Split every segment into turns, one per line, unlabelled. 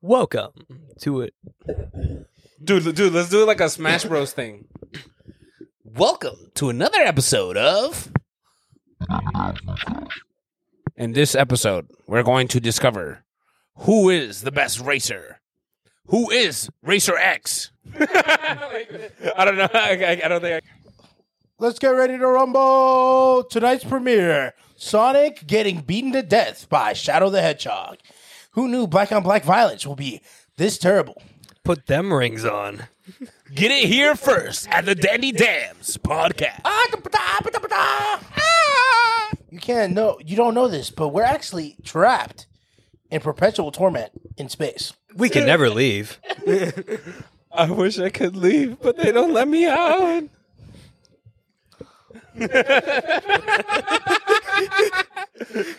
Welcome to it.
Dude, l- dude, let's do it like a Smash Bros thing. Welcome to another episode of. In this episode, we're going to discover who is the best racer. Who is Racer X? I don't know. I, I- I don't think. I...
Let's get ready to rumble. Tonight's premiere Sonic getting beaten to death by Shadow the Hedgehog. Who knew black on black violence will be this terrible?
Put them rings on.
Get it here first at the Dandy Dams podcast.
Ah, You can't know, you don't know this, but we're actually trapped in perpetual torment in space.
We can never leave.
I wish I could leave, but they don't let me out.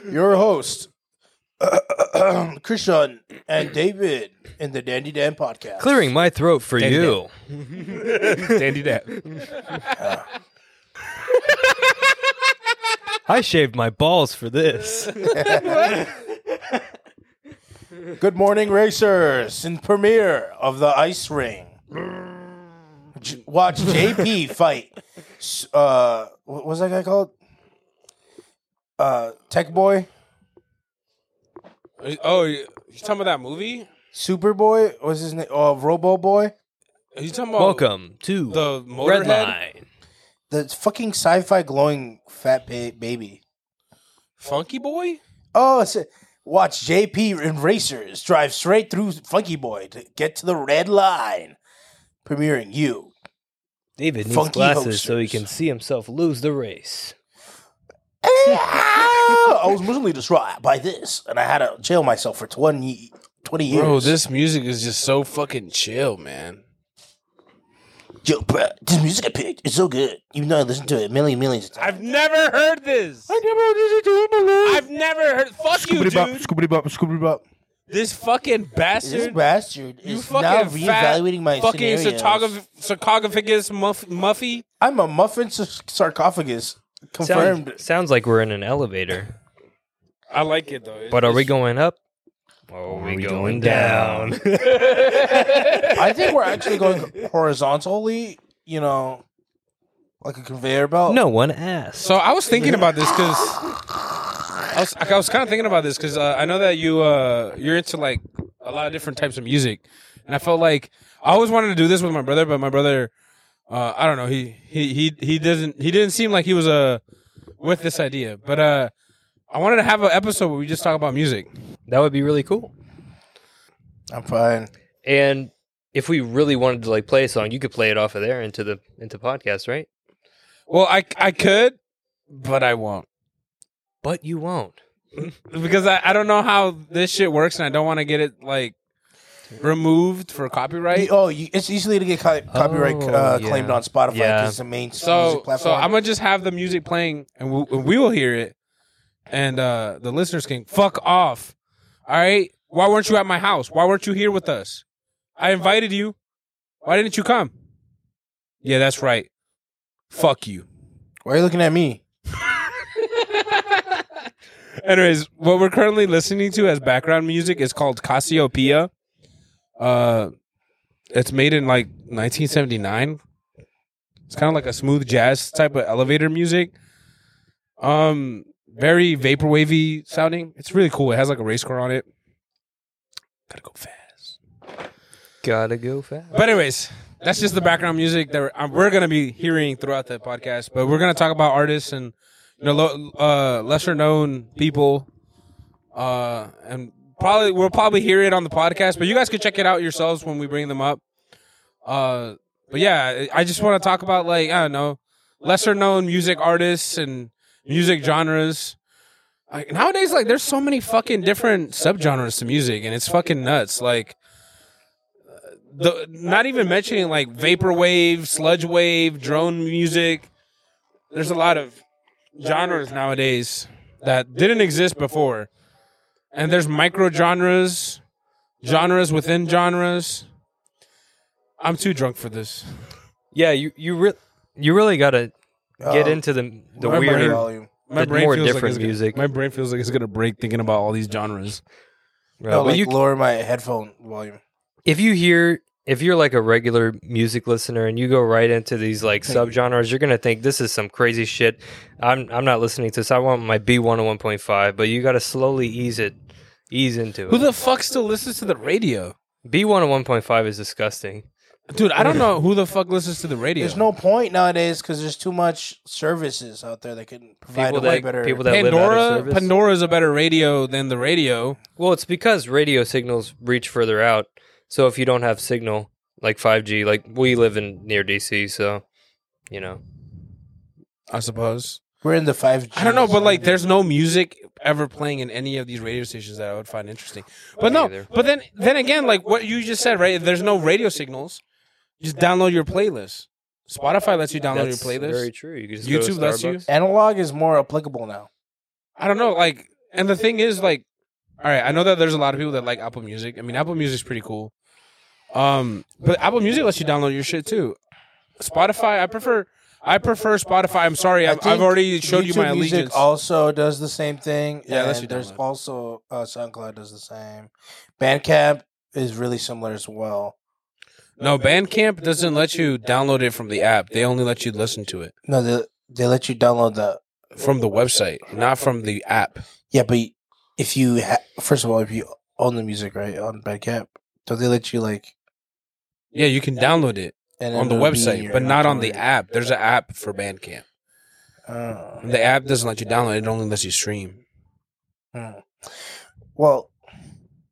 Your host, Krishan and David in the Dandy Dan podcast.
Clearing my throat for you.
Dandy Dam.
I shaved my balls for this.
Good morning, racers, in premiere of the ice ring. J- watch JP fight. s- Uh, what was that guy called? Uh, Tech Boy,
Oh, you you talking about that movie?
Super Boy, was his name? Uh, Robo Boy,
Are you talking about
Welcome to
Oh. the
Red
Motorhead?
Line.
the fucking sci-fi glowing fat ba- baby.
Funky Boy?
Oh, it's watch JP and racers drive straight through Funky Boy to get to the red line. Premiering you
David needs
Funky
glasses so he
hosters.
can see himself lose the race.
I was emotionally distraught by this, and I had to jail myself for 20, 20 years.
Bro, this music is just so fucking chill, man.
Yo, bro, this music I picked is so good. Even though I listened to it a million, millions of times.
I've never heard this.
never listened to it in
I've never heard. Fuck you, dude.
Scoobity bop, scoobity bop.
This fucking
This
bastard.
bastard
You
is now
fucking fat,
reevaluating my
fucking
scenarios.
sarcoph- sarcophagus muff- Muffy.
I'm a muffin s- sarcophagus. Confirmed.
Sound- sounds like we're in an elevator.
I like it though.
But are we going up? Or are we, going, down?
I think we're actually going horizontally, you know, like a conveyor belt.
no one asked.
So I was thinking about this because I was I was kind of thinking about this because uh, I know that you uh you're into like a lot of different types of music, and I felt like I always wanted to do this with my brother, but my brother, uh, I don't know, he he he he doesn't he didn't seem like he was uh with this idea, but uh. I wanted to have an episode where we just talk about music.
That would be really cool.
I'm fine.
And if we really wanted to like play a song, you could play it off of there into the into podcast, right?
Well, I, I could, but I won't
But you won't.
because I, I don't know how this shit works, and I don't want to get it like removed for copyright.
You- oh, you, it's easily to get co- copyright
Oh,
uh,
yeah.
claimed on Spotify because
Yeah.
it's the main
So,
music
so
platform.
I'm gonna just have the music playing, and we, and we will hear it, and uh, the listeners can fuck off. All right, why weren't you at my house? Why weren't you here with us? I invited you. Why didn't you come? Yeah, that's right. Fuck you.
Why are you looking at me?
Anyways, what we're currently listening to as background music is called Cassiopeia. Uh, it's made in like 1979. It's kind of like a smooth jazz type of elevator music. Um, very vaporwavy sounding. It's really cool. It has like a race car on it. Gotta go fast.
Gotta go fast.
But anyways, that's just the background music that we're, uh, we're gonna be hearing throughout the podcast. But we're gonna talk about artists and you know lo- uh, lesser known people, uh, and probably we'll probably hear it on the podcast. But you guys can check it out yourselves when we bring them up. Uh, but yeah, I I just want to talk about like I don't know lesser known music artists and music genres. Like nowadays, like there's so many fucking different subgenres to music, and it's fucking nuts. Like the not even mentioning like vaporwave, sludge wave, drone music. There's a lot of genres nowadays that didn't exist before, and there's micro genres, genres within genres. I'm too drunk for this.
Yeah, you you re- you really gotta get
Um,
into the the
Remember
weirder.
volume.
My
The more
feels
different
it's gonna-
music.
my brain feels like it's gonna break thinking about all these genres.
No,
Well,
like
you-
lower my headphone volume.
if you hear if you're like a regular music listener and you go right into these like subgenres, you're gonna think this is some crazy shit. I'm I'm not listening to this. I want my B one one point five, but you gotta slowly ease it ease into
Who
it.
the fuck still listens to the radio?
B one one point five is disgusting.
Dude, I don't know who the fuck listens to the radio.
There's no point nowadays because there's too much services out there that can provide
People
a way
that-
better.
people that- live out of
Pandora.
service.
Pandora's a better radio than the radio.
Well, it's because radio signals reach further out. So if you don't have signal like five G, like we live in near DC, so you know.
I suppose.
We're in the five.
I don't know, but like, there's no music ever playing in any of these radio stations that I would find interesting. But no,
Neither.
but then then again, like what you just said, right? There's no radio signals. Just download your playlist. Spotify lets you download
That's
your playlist.
Very true. You can just
YouTube lets you.
analog is more applicable now.
I don't know, like, and the thing is, like, all right, I know that there's a lot of people that like Apple Music. I mean, Apple Music's pretty cool. Um, but Apple Music lets you download your shit too. Spotify, I prefer, I prefer Spotify. I'm sorry,
I
I've, I've
think
already showed you
YouTube
my
Music
allegiance.
Also, does the same thing.
Yeah,
and
unless you
there's
download.
also uh, SoundCloud does the same. Bandcamp is really similar as well.
no, Bandcamp doesn't let you download it from the app. They only let you listen to it
No, they, they let you download the
from the website, not from the app.
yeah, but if you ha- first of all, if you own the music right on Bandcamp, don't they let you like
Yeah, you can download it
and
on the
it'll be
website,
your
but not on the
inventory?
app. There's an app for Bandcamp.
Oh.
The app doesn't let you download it; it only lets you stream.
Hmm. Well,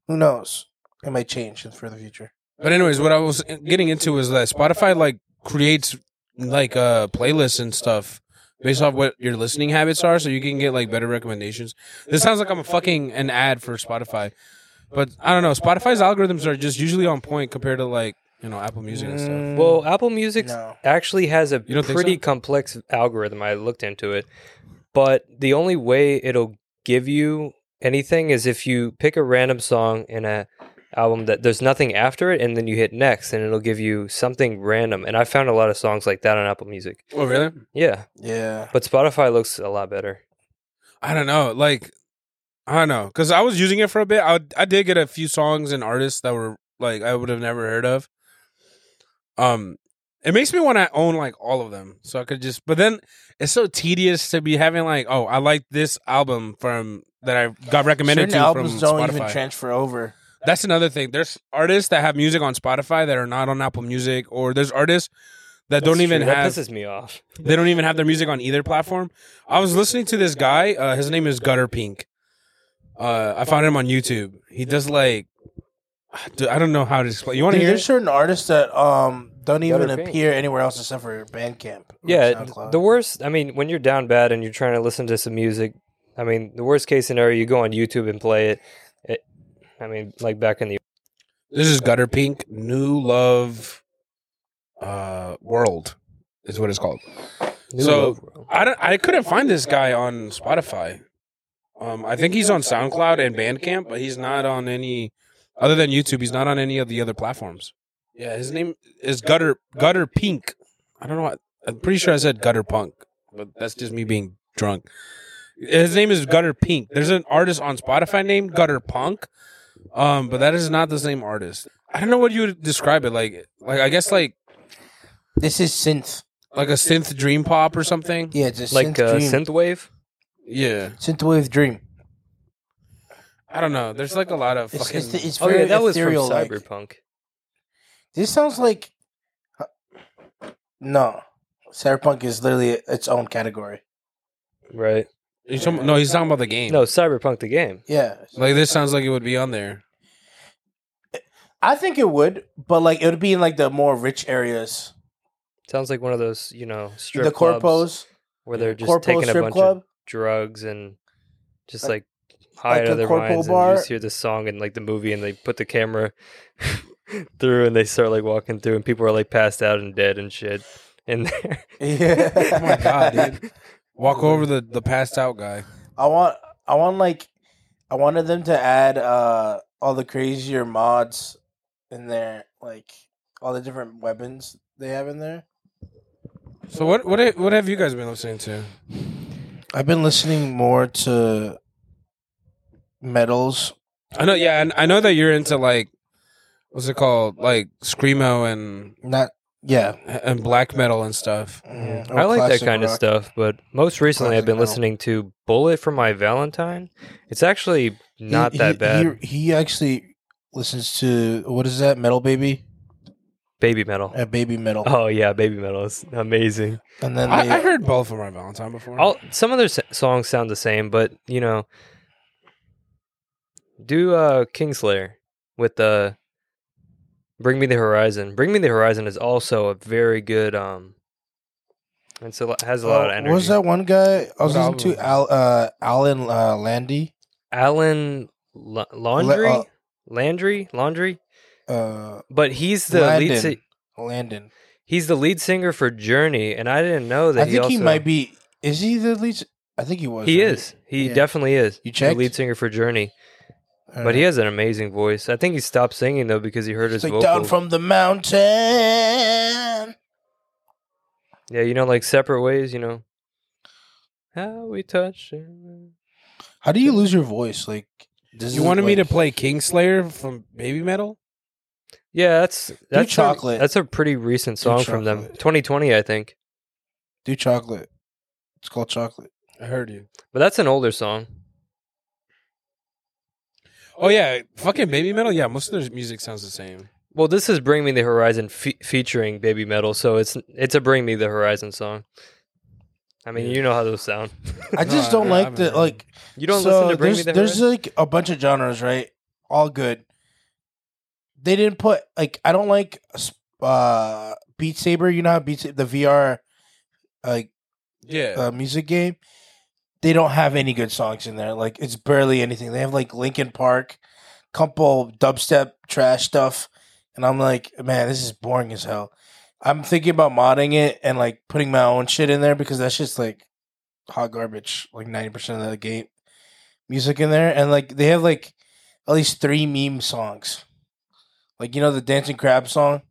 who knows? It might change in for the future.
But anyways, what I was getting into was that Spotify like creates like uh playlists and stuff based off what your listening habits are, so you can get like better recommendations. This sounds like I'm a fucking an ad for Spotify, but I don't know. Spotify's algorithms are just usually on point compared to like you know Apple Music and stuff.
Mm,
Well, Apple Music
no.
actually has a
don't think
pretty
so?
complex algorithm. I looked into it, but the only way it'll give you anything is if you pick a random song in a album that there's nothing after it, and then you hit next, and it'll give you something random. And I found a lot of songs like that on Apple Music.
Oh really?
Yeah,
yeah.
but Spotify looks a lot better.
I don't know. Like I don't know because I was using it for a bit. I I did get a few songs and artists that were like I would have never heard of. Um, it makes me want to own like all of them, so I could just. But then it's so tedious to be having like, oh, I like this album from that I got recommended
Certain
to from
albums don't
Spotify.
even transfer over.
That's another thing. There's artists that have music on Spotify that are not on Apple Music, or there's artists that don't
That's
even
true.
have
that pisses me off.
they don't even have their music on either platform. I was listening to this guy. Uh, his name is Gutter Pink. Uh, I found him on YouTube. He does like, dude, I don't know how to explain. You want to
Dude,
hear?
there's
it?
certain artists that um don't even
Gutter Pink.
appear anywhere else except for Bandcamp. or
Yeah, th-
SoundCloud.
the worst. I mean, when you're down bad and you're trying to listen to some music, I mean, the worst case scenario, you go on YouTube and play it. it I mean, like back in the
This is Gutter Pink, New Love, uh, World is what it's called. So-
Love World.
I don't, I couldn't find this guy on Spotify. Um, I think he's on SoundCloud and Bandcamp, but he's not on any other than YouTube. He's not on any of the other platforms. Yeah, his name is Gutter Gutter Pink. I don't know. What, I'm pretty sure I said Gutter Punk, but that's just me being drunk. His name is Gutter Pink. There's an artist on Spotify named Gutter Punk, um, but that is not the same artist. I don't know what you would describe it like. Like I guess like
this is synth.
like a synth dream pop or something.
Yeah, it's a
like
synth
uh,
dream.
synthwave.
Yeah.
synthwave dream.
I don't know. There's like a lot of
It's,
fucking.
it's, it's
Oh
very
yeah, that was from
ethereal. like.
Cyberpunk.
This sounds like uh, no. Cyberpunk is literally its own category.
Right.
He's talking- no, he's talking about the game.
No, Cyberpunk the game.
Yeah,
like this sounds like it would be on there.
I think it would, but like it would be in like the more rich areas,
Sounds like one of those, you know, strip
the
clubs
corpos,
where they're just
corpo
taking a
strip
bunch
club.
of drugs and just
Like-
like, high
like
out
a
of their
corpo
minds. And
bar.
you just hear the song and like the movie, and they put the camera through and they start like walking through, and people are like passed out and dead and shit. And
Yeah.
Oh my god, dude! Walk over the the passed out guy.
I want I want like I wanted them to add uh all the crazier mods in there, like all the different weapons they have in there.
So what what ha- what have you guys been listening to?
I've been listening more to metals
I know. Yeah, and I know that you're into like what's it called, like screamo and
Not yeah.
and black metal and stuff.
Mm,
I
or
like that
classic
kind of
rock.
stuff, but most recently I've been
Classic metal.
listening to Bullet for My Valentine. It's actually
He-
not
he-
that bad.
He, he actually listens to what is that metal baby?
baby metal.
Uh, baby metal.
Oh yeah, baby metal is amazing.
And then they,
I, I heard both of my Valentine before.
All some of their s- songs sound the same, but you know, do uh Kingslayer with the Bring Me the Horizon. Bring Me the Horizon is also a very good um and so it has a lot of
Oh,
energy.
what was that one guy I was
What
listening to? Al,
album?
uh, Alan uh, Landy.
Alan La- Laundry?
uh,
Landry? Laundry?
Uh,
But he's the lead
Landon.
si-
Landon.
he's the lead singer for Journey and I didn't know that
I think
also,
he might be. Is he the lead? s- I think he was.
He
right?
is. He
Yeah.
definitely is.
You
the
checked?
lead singer for Journey.
Uh,
But he has an amazing voice. I think he stopped singing though because he heard his
It's like
vocal.
down from the mountain.
yeah, you know, like separate ways. You know, how we touch. and-
How do you lose your voice? Like this
you
is
wanted me
like-
to play Kingslayer from Baby Metal.
Yeah, that's that's a-
Chocolate.
that's a pretty recent
Do
song from them,
Chocolate.
2020, I think.
do chocolate. It's called chocolate.
I heard you.
But that's an older song.
Oh yeah, fucking Baby Metal. Yeah, most of their music sounds the same.
Well, this is "Bring Me the Horizon" fe- featuring Baby Metal, so it's it's a "Bring Me the Horizon" song. I mean,
Yeah.
you know how those sound.
I
No,
just
I-
don't
I
like
haven't
the
heard
like.
You don't
so
listen to "Bring
there's,
Me the
there's
Horizon."
like a bunch of genres, right? All good. They didn't put like I don't like uh Beat Saber. You know how Beat Sa- the VR like
Yeah,
uh, music game. They don't have any good songs in there. Like it's barely anything. They have like Linkin Park, couple dubstep trash stuff, and I'm like, man, this is boring as hell. I'm thinking about modding it and like putting my own shit in there because that's just like hot garbage. Like ninety percent of the game music in there, and like they have like at least three meme songs. Like you know the dancing crab song,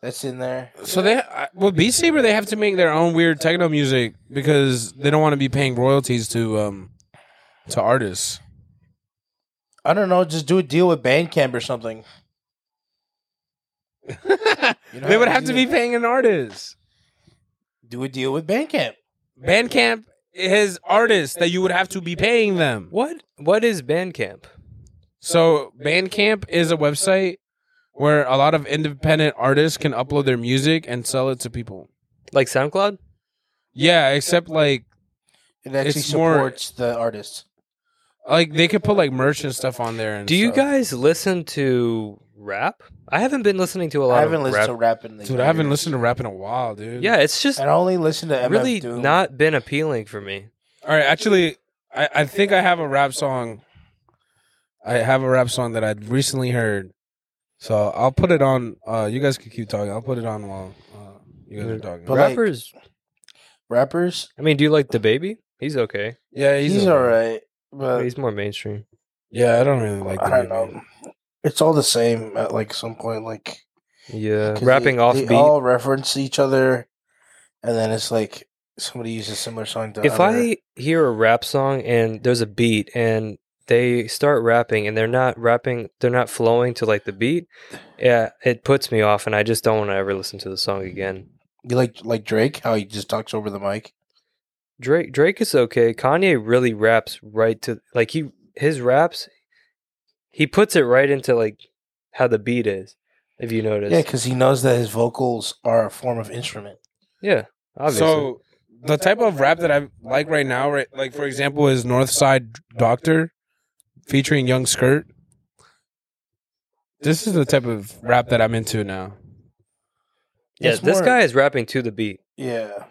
that's in there.
So they I- well, Beat Saber they have to make their own weird techno music because they don't want to be paying royalties to um to artists.
I don't know. Just do a deal with Bandcamp or something. You know
they
how
would
to
have
do
to be
that.
paying an artist.
do a deal with Bandcamp.
Bandcamp is artists that you would have to be paying them.
what what is Bandcamp?
So Bandcamp is a website where a lot of independent artists can upload their music and sell it to people.
Like SoundCloud?
Yeah, except like
It actually
It's more-
supports the artists.
like they could put like merch and stuff on there. And
Do you
stuff.
guys listen to rap? I haven't been listening to a lot
I haven't
of
listened
rap.
to rap in like
Dude, I haven't
years.
listened to rap in a while, dude.
Yeah, it's just
And I only listened to MF
really
Doom.
not been appealing for me.
All right, actually, I, I think I have a rap song. I have a rap song that I'd recently heard, so I'll put it on. Uh, you guys can keep talking. I'll put it on while uh, you guys are talking.
But like-
Rappers,
rappers.
I mean, do you like the baby? He's okay.
yeah,
He's,
he's,
all right, but
He's more mainstream.
Yeah, I don't really like.
I
the
don't know. It's all the same at like some point. Like
Yeah,
Uh,
'cause they-
rapping off
they
beat.
all reference each other, and then it's like somebody uses similar song to.
If
other-
I hear a rap song and there's a beat and they start rapping and they're not rapping, they're not flowing to like the beat. Yeah, it puts me off, and I just don't want to ever listen to the song again.
you like like Drake, how he just talks over the mic.
Drake Drake is okay. Kanye really raps right to like he his raps he puts it right into like how the beat is, if you notice.
Yeah, because he knows that his vocals are a form of instrument.
Yeah, obviously.
So the type of rap that I like right now, right, like for example, is Northside Doctor featuring Young Skirt. This is the type of rap that I'm into now.
yeah,
it's
this
more-
guy is rapping to the beat.
Yeah,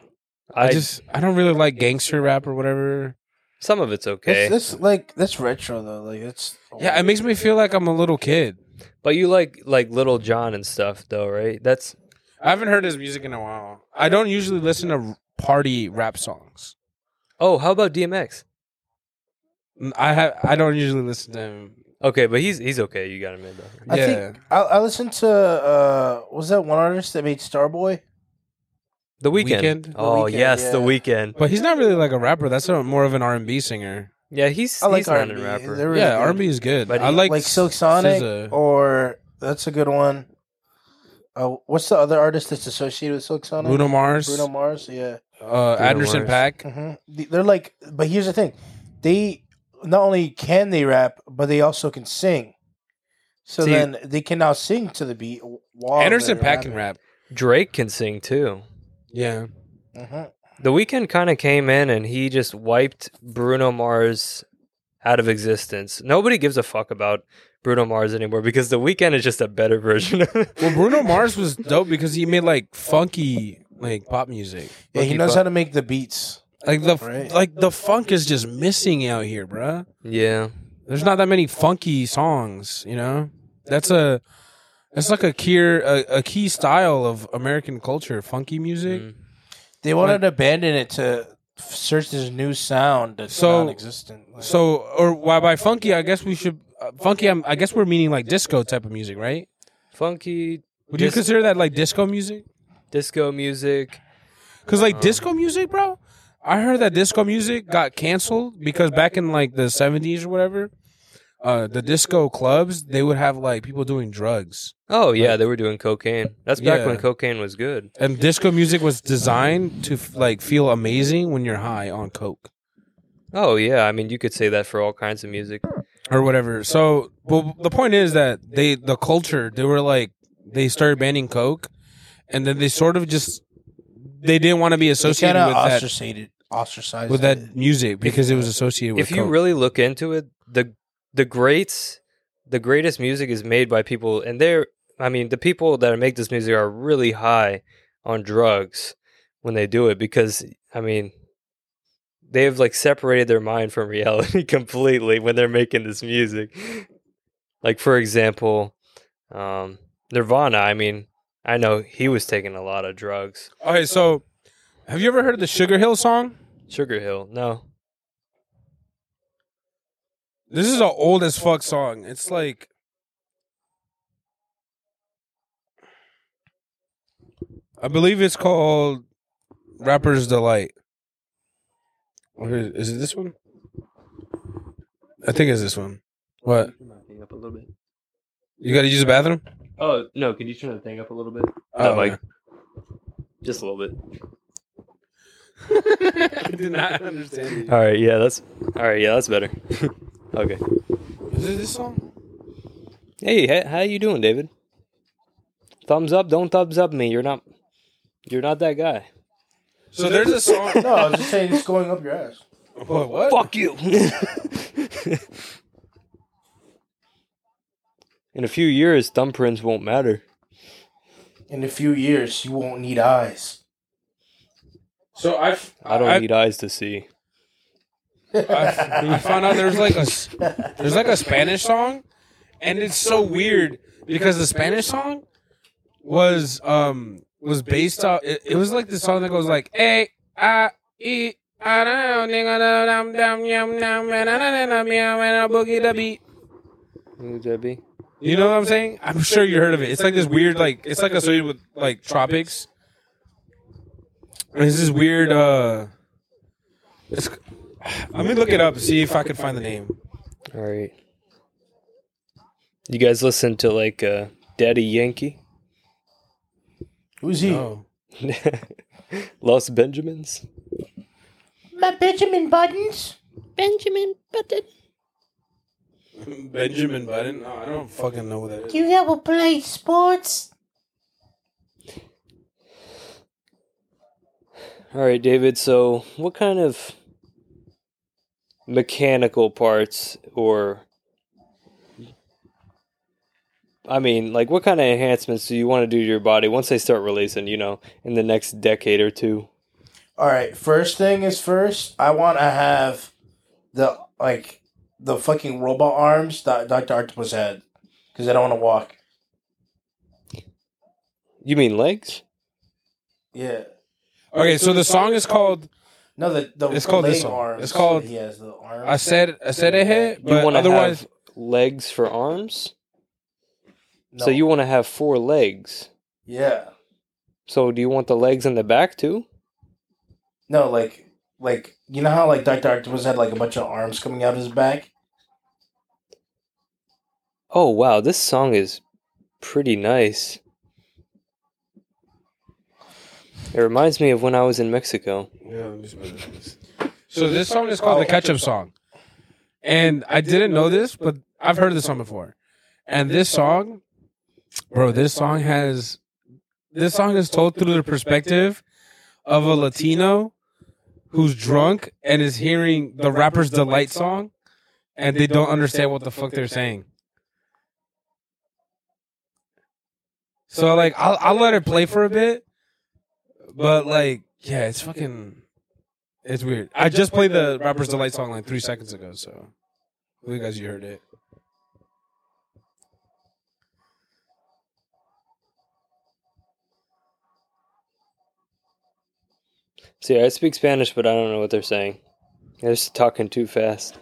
I,
I
just
just I don't really like gangster rap or whatever.
some of it's okay,
It's, that's like that's retro though. Like it's
Yeah, it makes me feel like I'm a little kid.
but you like like Little John and stuff though, right? That's
I haven't heard his music in a while. I don't usually listen to party rap songs.
oh, how about DMX?
I have I don't usually listen to him.
Okay, but he's he's okay. You got him in though.
I
yeah.
think I, I listened to uh, what was that one artist that made Starboy?
The weekend.
Weeknd? The
Oh
Weeknd,
yes, the
yeah.
weekend.
But he's not really like a rapper. That's a, more of an R and B singer.
Yeah, he's
I like
he's not
R&B.
a rapper.
They're really
Yeah,
good.
R&B is good.
But
I like
like Silk Sonic
SZA.
or that's a good one. Uh, what's the other artist that's associated with Silk Sonic?
Bruno Mars,
Bruno Mars, yeah.
uh, Anderson
Mars.
Pack.
hmm They're like, but here's the thing: they not only can they rap, but they also can sing. So
See-
then they can now sing to the beat. While
Anderson Pack can rap.
Drake can sing too.
Yeah,
hmm
The weekend kind of came in and he just wiped Bruno Mars out of existence. Nobody gives a fuck about Bruno Mars anymore because the weekend is just a better version of it.
well, Bruno Mars was dope because he made like funky like pop music.
Yeah, he
Funky
knows
pop-
how to make the beats.
Like the
Right.
like the funk is just missing out here, bruh.
Yeah.
There's not that many funky songs, you know. That's a that's like a key a, a key style of American culture, funky music.
Mm.
They wanted to abandon it to f- search this new sound that's
So-
non-existent. Like,
So, or why by funky? I guess we should uh, funky. I'm, I guess we're meaning like disco type of music, right?
Funky
Would you
Dis-
consider that like disco music?
disco music.
Because
Uh-huh.
like disco music, bro. I heard that disco music got canceled because back in like the seventies or whatever, uh, the disco clubs they would have like people doing drugs,
Oh yeah, they were doing cocaine. That's back
Yeah.
when cocaine was good.
and disco music was designed to f- like feel amazing when you're high on coke
Oh yeah, I mean you could say that for all kinds of music.
or whatever. So, well, the point is that they the culture they were like they started banning coke, and then they sort of just they didn't want to be
they kind
associated
of
with that
ostracized it. Ostracized
with
it.
that music because it was associated with
if you
coke.
really look into it, the the greats, the greatest music is made by people, and they're I mean the people that make this music are really high on drugs when they do it because I mean they have like separated their mind from reality completely when they're making this music. Like for example, um, Nirvana. I mean, I know he was taking a lot of drugs.
Okay, so have you ever heard of the Sugar Hill song?
Sugar Hill, no.
This is an old as fuck song. It's like I believe it's called Rapper's Delight. Or is is it this one? I think it's this one. What?
up a little bit.
You gotta use the bathroom?
Oh no! Can you turn the thing up a little bit?
Oh,
like just a little bit.
I did not understand you.
All right, yeah, that's all right. Yeah, that's better. okay.
Is it this song?
Hey, how, how you doing, David? Thumbs up. Don't thumbs up me. You're not. You're not that guy.
So there's a song.
No, I was just saying it's going up your ass.
What? what?
Fuck you. In a few years, thumbprints won't matter.
In a few years, you won't need eyes.
So I
I don't
I,
need eyes to see.
I, I found out there's like a s- there's like a Spanish song, and it's so weird because the Spanish song was um was based off. It, it was like the song that goes like "Hey, I eat." I don't know, nigga, da, dum, dum, yum, yum, and I don't know, meow, and I boogie the beat.
Who would that be?
You know what I'm saying? I'm sure you heard of it. It's like this weird, like it's like associated with like tropics. And it's this weird. uh it's, Let me look it up. See if I can find the name.
All right. You guys listen to like uh, Daddy Yankee,
Who's he?
Oh,
Los Benjamins.
My Benjamin Buttons.
Benjamin Button.
Benjamin Button. No, I don't fucking know what that is.
You ever played sports?
All right, David. So, what kind of mechanical parts or I mean, like what kind of enhancements do you want to do to your body once they start releasing, you know, in the next decade or two?
All right. First thing is first. I want to have the like the fucking robot arms that Doctor Octopus had because I don't want to walk.
You mean legs?
Yeah.
Okay, so the song is called
No, the the
It's called
leg
this one.
arms.
It's called-
He has the arms.
"I Said I Said a Hit,"
You
but
want to
otherwise,
have legs for arms?
No.
So you want to have four legs.
Yeah.
So do you want the legs in the back too?
No, like like you know how like Doctor Octopus had like a bunch of arms coming out his back.
Oh wow, this song is pretty nice. It reminds me of when I was in Mexico.
So this song is called the Ketchup Song, and I didn't know this, but I've heard this song before. And this song, bro, this song has, this song is told through the perspective of a Latino who's drunk and is hearing the rapper's delight song, and they don't understand what the fuck they're saying. So like, I'll I'll let it play for a bit, but like, yeah, it's fucking. It's weird. I just played the Rapper's Delight song like three seconds ago, so I believe guys you heard it.
See, I speak Spanish, but I don't know what they're saying. They're just talking too fast.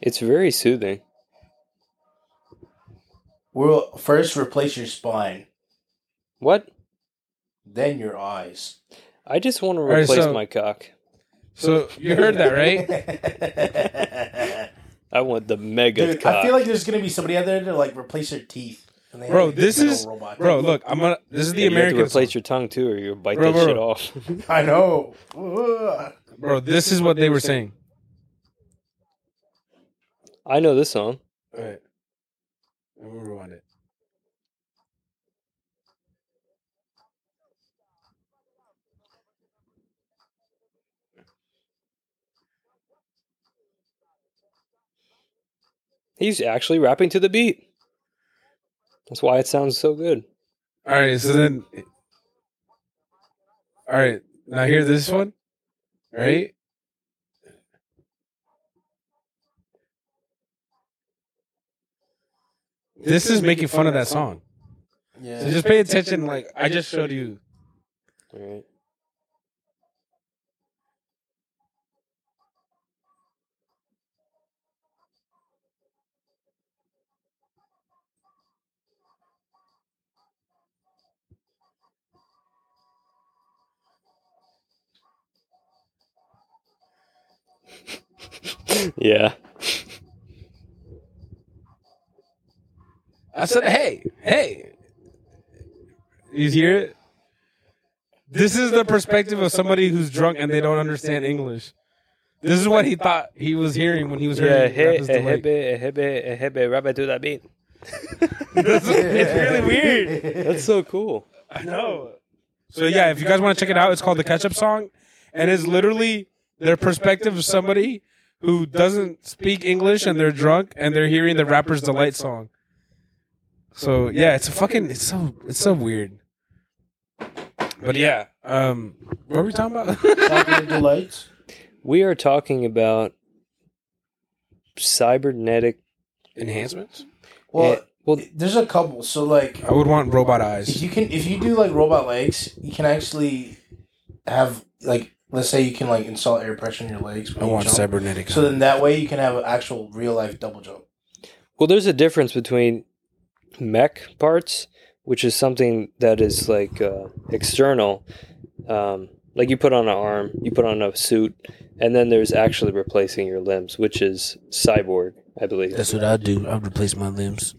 It's very soothing.
Well, first replace your spine,
What?
then your eyes.
I just want to
right,
replace
so-
my cock.
So you heard that, right?
right?
I want the mega
Dude,
cock.
I feel like there's gonna be somebody out there to like replace their teeth. And they have,
Bro,
like,
this
metal
is-
robot.
Bro, look, I'm gonna. This is the
you
American.
have to replace
song.
your tongue too, or you'll bite
Bro,
that
bro.
shit off.
I know. Ugh.
Bro, this is what they were saying.
I know this song.
All right. I'm gonna rewind it.
He's actually rapping to the beat. That's why it sounds so good.
All right, so then. All right, now hear this one, right? This is making fun of that song. So
Yeah.
just pay attention. Like I just showed you.
All right. yeah.
I said, "Hey, hey." You hear it? This is the perspective of somebody who's drunk and they don't understand English. This is what he thought he was hearing when he was
Yeah,
hearing.
hey,
Rapper's
hey,
Delight.
hey, hey, hey, hey, hey, rap it to that beat.
That's- it's really weird.
That's so cool.
I know. So yeah, if you guys want to check it out, it's called the Catch Up Song, and it's literally their perspective of somebody who doesn't speak English and they're drunk and they're hearing the Rapper's Delight song. So yeah, it's a fucking it's so it's so weird. But yeah, um, what were we talking about?
Talking to the lights.
We are talking about cybernetic.
Enhancements.
Well,
eh, well,
there's a couple. So like,
I would want robot
if
eyes.
you can, if you do like robot legs, you can actually have like, let's say you can like install air pressure in your legs.
I
When you
want
jump.
cybernetic.
So then that way you can have an actual real life double jump.
Well, there's a difference between mech parts, which is something that is like uh, external, um, like you put on an arm, you put on a suit, and then there's actually replacing your limbs, which is cyborg, I believe.
what I do. I would replace my limbs.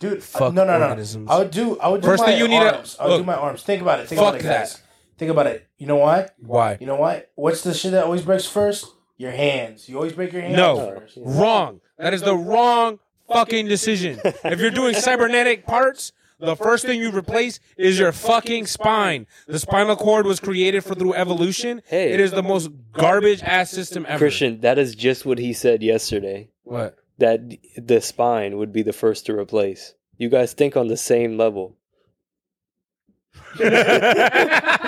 Dude,
Fuck
Uh, no, no, no.
organisms.
I would do. I would do
First
my
thing you need to-
arms. I would do
look.
my arms. Think about it. Think about
Fuck
it, guys. Think about it. You know why?
Why?
You know why? What's the shit that always breaks first? Your hands. You always break your hands
No.
first.
Wrong. That is the wrong fucking decision. If you're doing cybernetic parts, the first thing you replace is your fucking spine. The spinal cord was created for through evolution.
Hey.
It is the most garbage ass system ever.
Christian, that is just what he said yesterday.
What?
That the spine would be the first to replace. You guys think on the same level.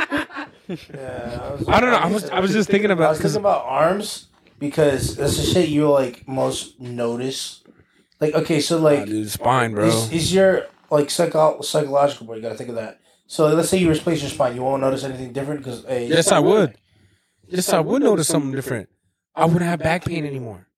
Yeah, I, was,
I don't know. I was I was just thinking
I
about
was thinking about arms because that's the shit you like most notice. Like okay, so
Ah,
like
dude, spine, bro.
is, is your like psycho- psychological? But you gotta think of that. So let's say you replace your spine, you won't notice anything different because hey,
Yes, I would. Yes, I would notice something different. I wouldn't have back pain anymore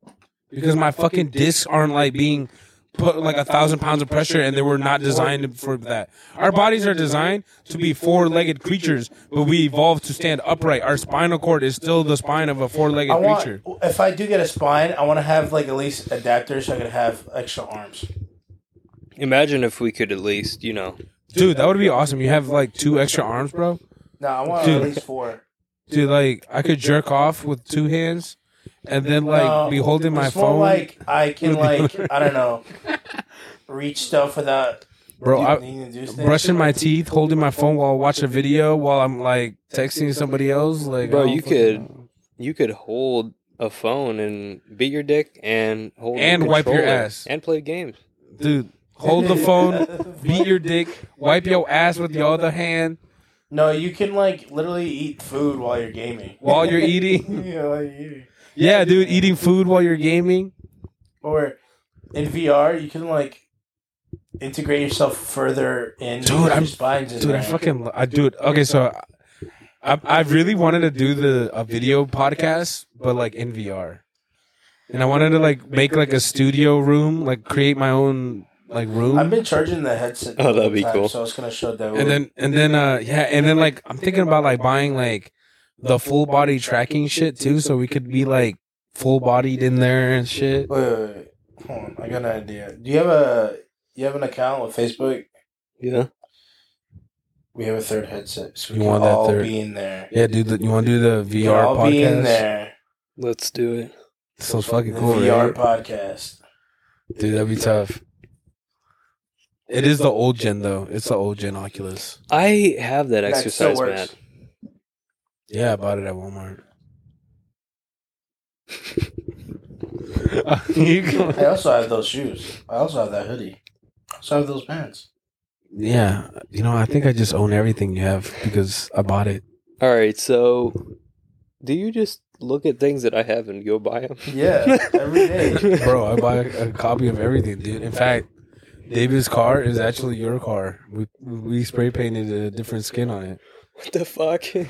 because my fucking discs aren't like being put like a thousand pounds of pressure, and they were not designed for that. Our bodies are designed to be four-legged creatures, but we evolved to stand upright. Our spinal cord is still the spine of a four-legged
I want,
creature.
if I do get a spine, I want to have like at least adapters so I can have extra arms.
Imagine if we could at least, you know,
Dude, that would be awesome. You have like two extra arms, bro.
No, I want
Dude.
at least four.
Dude, like I could jerk off with two hands, and then like
No,
be holding my
it's more
phone.
Like I can like I don't know, reach stuff without
Bro,
do-
I-
needing to do things.
brushing my teeth, holding my phone while I watch a video, while I'm like texting somebody else. Like, I
bro,
don't
you
fucking-
could you could hold a phone and beat your dick and hold a
And wipe your
controller
ass.
and play games.
dude hold the phone, beat your dick, wipe your ass with the other hand
No, you can like literally eat food while you're gaming.
while you're eating.
yeah, while you're eating.
Yeah, dude, eating food while you're gaming.
Or in VR, you can like integrate yourself further in.
Dude,
your
I'm-
spines. in
Dude, I
there.
fucking lo- I dude. Okay, so I I really wanted to do the a video podcast, but like in VR, and I wanted to like make like a studio room, like create my own like room.
I've been charging the headset.
Oh, that'd be
the whole
cool.
So it's gonna show that.
and then and then uh yeah and then like i'm thinking about like buying like the full body tracking shit too so we could be like full bodied in there and shit
wait, wait, wait. hold on, I got an idea. Do you have a you have an account with Facebook?
Yeah.
We have a third headset, so we
You
can
want that
all
third-
be in there.
yeah dude you want to do the
We
vr
can all
podcast
be in there.
Let's do it.
so it's
The
fucking cool
VR
right?
podcast.
dude that'd be tough it is the old gen though it's the old gen oculus
I have that
That still
exercise
works.
mat.
yeah i bought it at walmart You go-
I also have those shoes. I also have that hoodie. I also have those pants.
yeah you know i think i just own everything you have because i bought it
All right, so do you just look at things that I have and go buy them?
Yeah, every day.
Bro, I buy a, a copy of everything, dude. In fact, David's car is actually your car. We we spray painted a different skin on it.
What the fuck?
what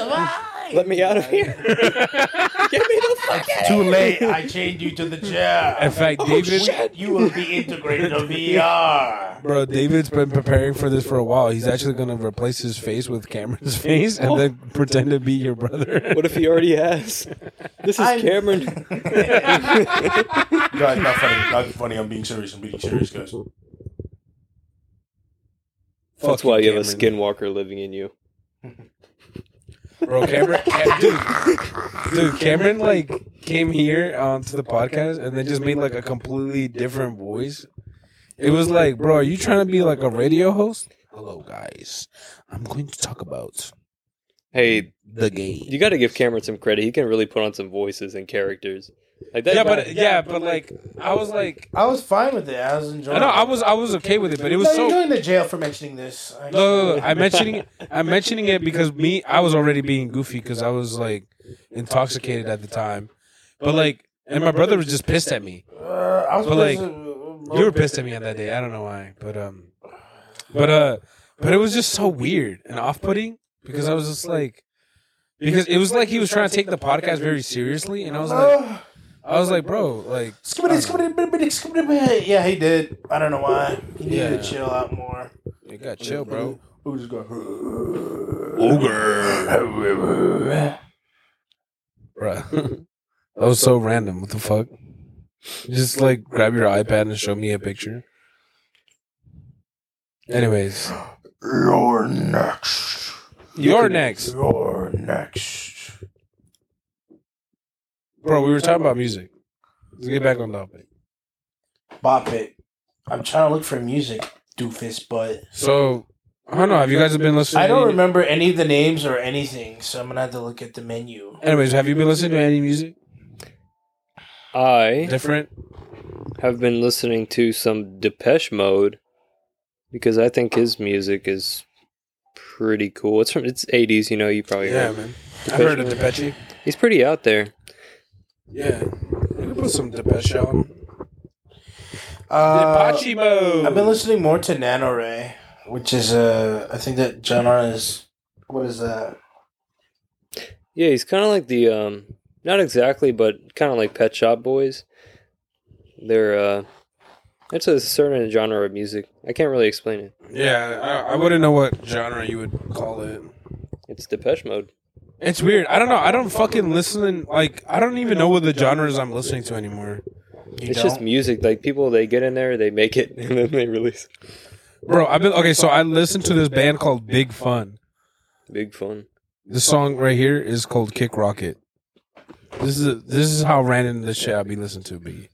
the fuck?
Let me out of here. Get me the fuck out.
Too late. I chained you to the chair.
In fact,
Oh,
David,
You will be integrated to VR.
bro, David's been preparing for this for a while. He's actually gonna replace his face with Cameron's face
Oh.
and then pretend to be your brother.
What if he already has? This is
I'm-
Cameron.
Guys, not funny. Not funny. I'm being serious. I'm being serious, guys.
That's why you have a
Cameron.
skinwalker living in you.
bro. Cameron, Cam- dude, dude, Cameron like came here um, to the podcast and then just made like a completely different voice. It was like, bro, are you trying to be like a radio host? Hello, guys. I'm going to talk about
Hey,
the game.
you got to give Cameron some credit. He can really put on some voices and characters. Like that.
yeah, but yeah, but like, I was like,
I was fine with it. I was enjoying.
I know,
it.
I was, I was okay with it, but it was
No, you're
so.
going to jail for mentioning this. I-
Look, look, look, I'm mentioning it. I'm mentioning it because me, I was already being goofy because I was like intoxicated at the time, but like, and my brother was just pissed at me.
Uh, I was Uh,
But, like,
supposed to-
You were pissed at me on that day. I don't know why, but um, but uh, but it was just so weird and off-putting because I was just like, because it was like he was trying to take the podcast very seriously, and I was like,
Uh,
I was like, bro, like,
skibbity, skibbity, bibbity, skibbity, bibbity. Yeah, he did. I don't know why. He needed
Yeah.
to chill out more.
it got chill, bro.
Who just got
Bro, that was so random. What the fuck? Just like grab your iPad and show me a picture. Anyways,
You're next.
you're next,
You're next.
bro. We were talking about music. Let's get back on topic.
Bop it. I'm trying to look for music, doofus, but
So I don't know. Have you guys been listening?
I
to
don't
any-
remember any of the names or anything, so I'm gonna have to look at the menu.
Anyways, have you been listening to any music
I
different?
have been listening to some Depeche Mode because I think his music is pretty cool. It's from it's 80s, you know. You probably heard.
man. I heard of Depeche.
He's pretty out there.
Yeah, we can put some Depeche on.
Uh,
Depeche mode.
I've been listening more to NanoRay, which is uh, I think that genre is what is that?
Yeah, he's kind of like the um, not exactly, but kind of like Pet Shop Boys. They're uh, it's a certain genre of music. I can't really explain it.
Yeah, I, I wouldn't know what genre you would call it.
It's Depeche Mode.
It's weird. I don't know. I don't fucking listen. Like, I don't even know what the genres I'm listening to anymore.
You
it's just
don't?
music. Like people, they get in there, they make it, and then they release. it.
Bro, I've been okay. So I listened to this band called Big Fun.
Big fun.
This song right here is called Kick Rocket. This is this is how random this shit I be listening to be.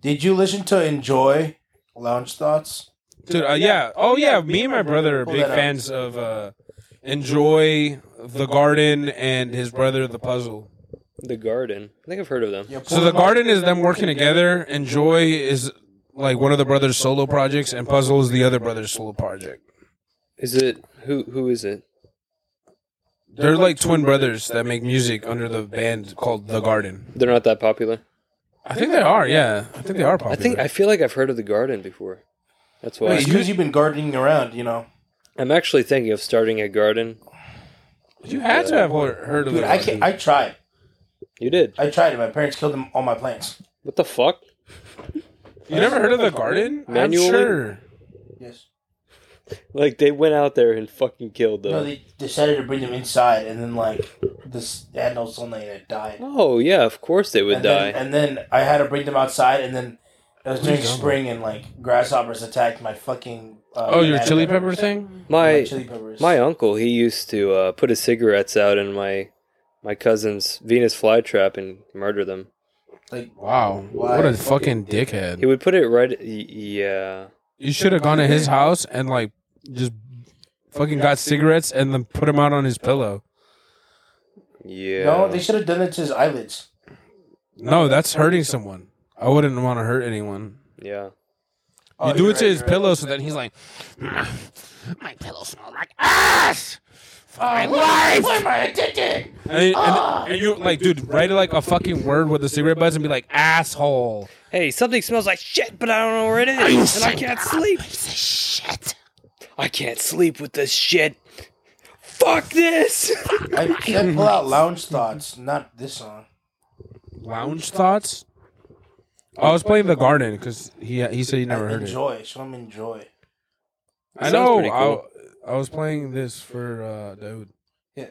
Did you listen to Enjoy Lounge Thoughts?
Dude, uh, yeah. Oh yeah, me and my brother are
Pull
big
that up.
fans of uh, Enjoy the Garden and his brother The Puzzle.
The Garden. I think I've heard of them.
So the Garden is them working together. Enjoy is like one of the brothers' solo projects, and Puzzle is the other brother's solo project.
Is it who? Who is it?
They're like twin brothers that make music under the band called The Garden.
They're not that popular.
I think they are. Yeah, I think they are
I
popular.
think I feel like I've heard of the Garden before. That's why
It's because you've been gardening around, you know.
I'm actually thinking of starting a garden.
you had to have heard heard of
Dude,
The
I
Garden.
can't, I tried.
You did.
I tried it. My parents killed them, all my plants.
What the fuck?
You never heard of The Garden?
Manually?
I'm sure.
Yes.
Like they went out there and fucking killed them.
No, they decided to bring them inside, and then like this they had no sunlight, and it died.
oh yeah, of course they would
and
die.
Then, and then I had to bring them outside, and then it was during spring, and like grasshoppers attacked my fucking. Uh,
Oh, your
banana
chili pepper
peppers.
thing?
my
chili peppers.
my uncle he used to uh, put his cigarettes out in my my cousin's Venus flytrap and murder them.
like
Wow,
Why?
what a fucking dickhead.
He would put it right. y- Yeah.
You should have gone to his house and like just fucking got cigarettes and then put them out on his pillow.
Yeah.
no, they should have done it to his eyelids.
No, that's hurting someone. I wouldn't want to hurt anyone.
yeah.
You
Oh,
do
you're
it to
right,
his
you're right.
pillow so that he's like, "Mm,
My pillow smells like ass. For my life.
Why am I addicted?
and, and, and you like, dude, write like a fucking word with the cigarette butts and be like, asshole.
Hey, something smells like shit, but I don't know where it is, and I can't sleep.
Shit.
I can't sleep with this shit. Fuck this.
I can't pull out lounge thoughts. Not this song.
Lounge thoughts. I was playing the garden because he he said he never heard it.
enjoy. Show them enjoy.
I
Sounds
know.
pretty cool.
I, I was playing this for uh Daoud.
Yeah.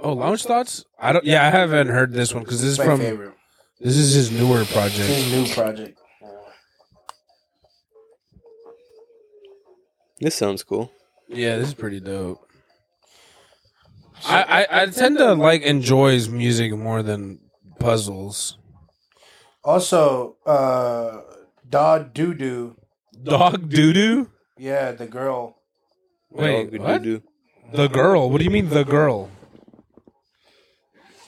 Oh, lounge thoughts. I don't. Yeah, I haven't heard this one because this is
It's my
from
favorite.
this is his newer
It's
project.
his new project.
This sounds cool.
Yeah, this is pretty dope. I, I I tend to like enjoys music more than puzzles.
Also, uh, Da Doo Doo.
Dog doo doo.
Yeah, the girl.
Wait,
Dog
what?
doo-doo.
The girl. What do you mean the girl?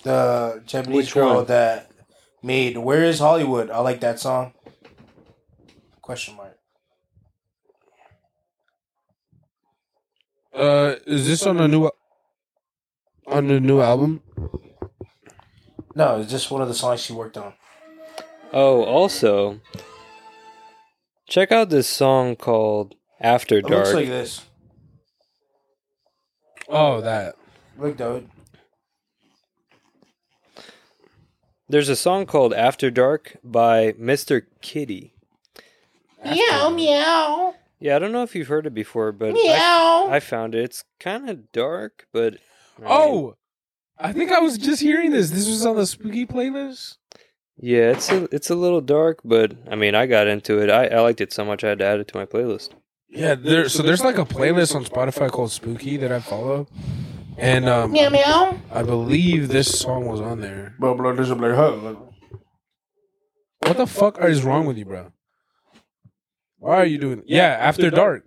The Japanese
Which
girl
one?
that made Where is Hollywood? I like that song. Question mark.
Uh, is this on a new on a new album?
No, it's just one of the songs she worked on.
Oh, also, check out this song called "After
It looks
Dark."
like this.
Oh, that.
Look, dude.
There's a song called "After Dark" by Mr. Kitty.
Meow, meow,
Yeah, I don't know if you've heard it before, but I,
meow.
I found it. It's kind of dark, but I mean,
Oh, I think I was just hearing this. This was on the spooky playlist.
yeah, it's a it's a little dark, but I mean, I got into it. I, I liked it so much, I had to add it to my playlist.
Yeah, there. So there's like a playlist on Spotify called Spooky that I follow, and um,
Meow, meow.
I believe this song was on there.
Blah, blah, blah, blah, blah.
What the fuck is wrong with you, bro? Why are you doing? Yeah, after dark,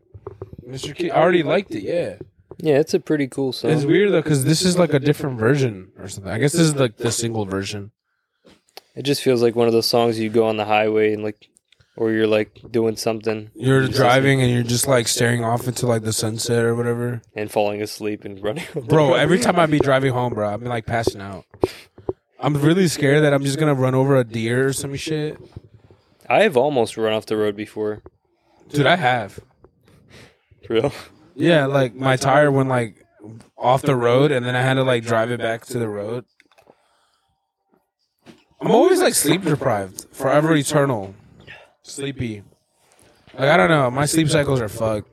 Mr. K. I already liked it. Yeah,
Yeah, it's a pretty cool song.
it's weird though because this is like a different version or something. I guess this is like the single version.
It just feels like one of those songs you go on the highway and like, or you're like doing something
You're driving and you're just like staring off into like the sunset or whatever.
and falling asleep and running. up the
Bro,
road.
every time I be driving home, bro, I'm like passing out. I'm really scared that I'm just gonna run over a deer or some shit.
I have almost run off the road before.
Dude, I have.
For real.
Yeah, like my tire went like off the road and then I had to like drive it back to the road. I'm always like sleep deprived, forever eternal, sleepy. Like I don't know, my sleep cycles are fucked.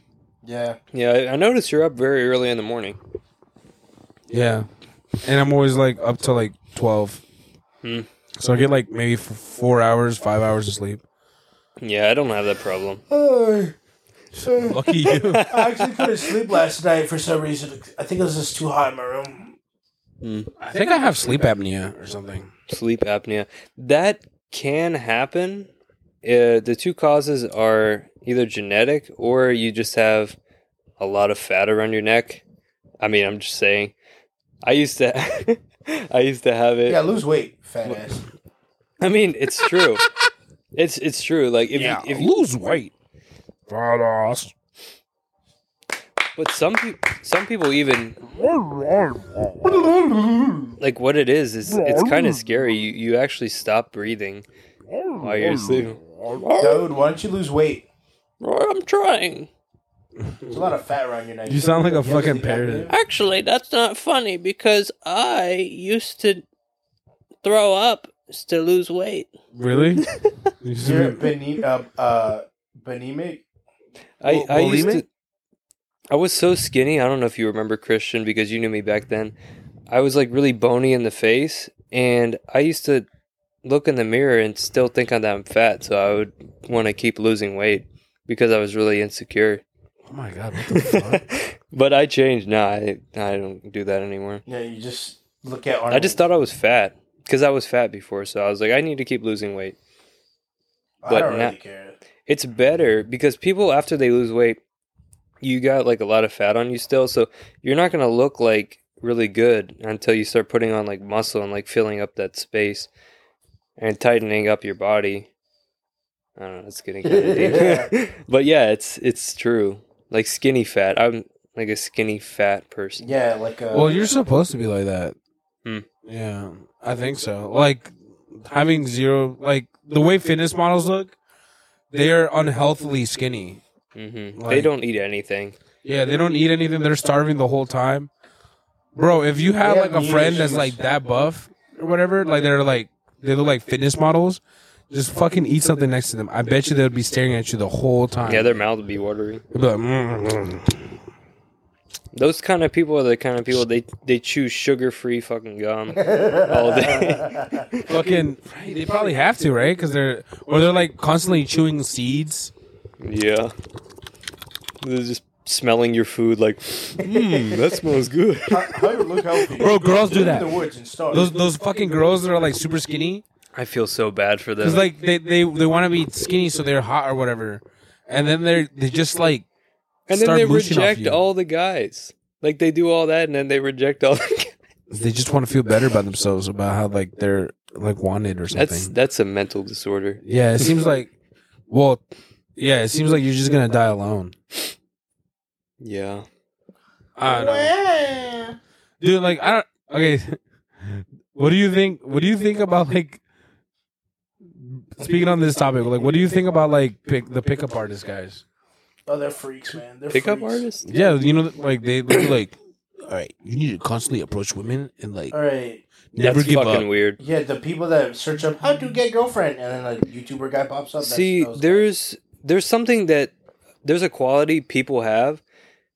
Yeah.
Yeah, I- I noticed you're up very early in the morning.
Yeah, and I'm always like up to like twelve. Hmm. So I get like maybe f- four hours, five hours of sleep.
Yeah, I don't have that problem.
so
Lucky you.
I actually couldn't sleep last night for some reason. I think it was just too hot in my room.
I think I have sleep apnea or something.
Sleep apnea. That can happen. Uh, the two causes are either genetic or you just have a lot of fat around your neck. I mean, I'm just saying. I used to I used to have it.
Yeah, lose weight, fat ass.
I mean, it's true. it's it's true. Like if you if you,
lose weight. Fat ass.
But some people, some people even like what it is is it's kind of scary. You you actually stop breathing while you're sleeping.
Dude, why don't you lose weight?
I'm trying.
There's a lot of fat around your neck.
You sound like a
You ever
fucking
sleep apnea?
parrot.
Actually, that's not funny because I used to throw up to lose weight.
Really?
You're bene- uh, uh, bulimic?
I, I used
Bulimic?
to, I was so skinny. I don't know if you remember Christian because you knew me back then. I was like really bony in the face, and I used to look in the mirror and still think that I'm fat. So I would want to keep losing weight because I was really insecure.
oh my god! What the fuck?
but I changed. No, I I don't do that anymore.
Yeah, you just look at Arnold.
I just thought I was fat because I was fat before. So I was like, I need to keep losing weight.
I don't
but
really
na-
care.
it's better because people after they lose weight you got like a lot of fat on you still so you're not going to look like really good until you start putting on like muscle and like filling up that space and tightening up your body i don't know it's getting kind of deep but yeah it's it's true like skinny fat i'm like a skinny fat person
Yeah, like a.
Well, you're supposed to be like that.
Hmm.
Yeah, I think so. Like having zero, like the way fitness models look, they're unhealthily skinny.
hmm they
Like-
don't eat anything
Yeah, they don't eat anything. They're starving the whole time. Bro, if you have
Yeah,
like a
me
friend that's
issues.
like that buff or whatever, like they're like they look like fitness models, just fucking eat something next to them. I bet you they'll be staring at you the whole time.
yeah their mouth would be watery
They'll be like, "Mm, mm, mm."
those kind of people are the kind of people they they chew sugar-free fucking gum all day
fucking. They probably have to, right? Because they're or they're like constantly chewing seeds.
Yeah. They're just smelling your food like, mmm, that smells good.
How, how you look healthy?
Bro, girls do
Live
that.
In the woods and starve.
Those those fucking girls that are like super skinny,
I feel so bad for them.
cause like they they, they want to be skinny so they're hot or whatever, and then they're they just like
and then
start
they
mooching off
reject
you.
all the guys. Like they do all that and then they reject all the guys.
they just want to feel better about themselves about how like they're like wanted or something.
That's that's a mental disorder.
yeah, it seems like well, yeah, it seems like you're just gonna die alone.
Yeah.
I don't know.
Wow.
dude. Like I don't. Okay, what do you think? What do you think about like? Speaking on this topic, like, what do you think about like pick, the pickup artist guys?
oh, they're freaks, man. They're
Pickup
freaks.
artist?
Yeah, you know, like they they like, all right, you need to constantly approach women and like
All right.
never
that's
give
fucking
up.
weird.
Yeah, the people that search up how to get girlfriend, and then like YouTuber guy pops up. That's
See,
those
there's there's something that there's a quality people have,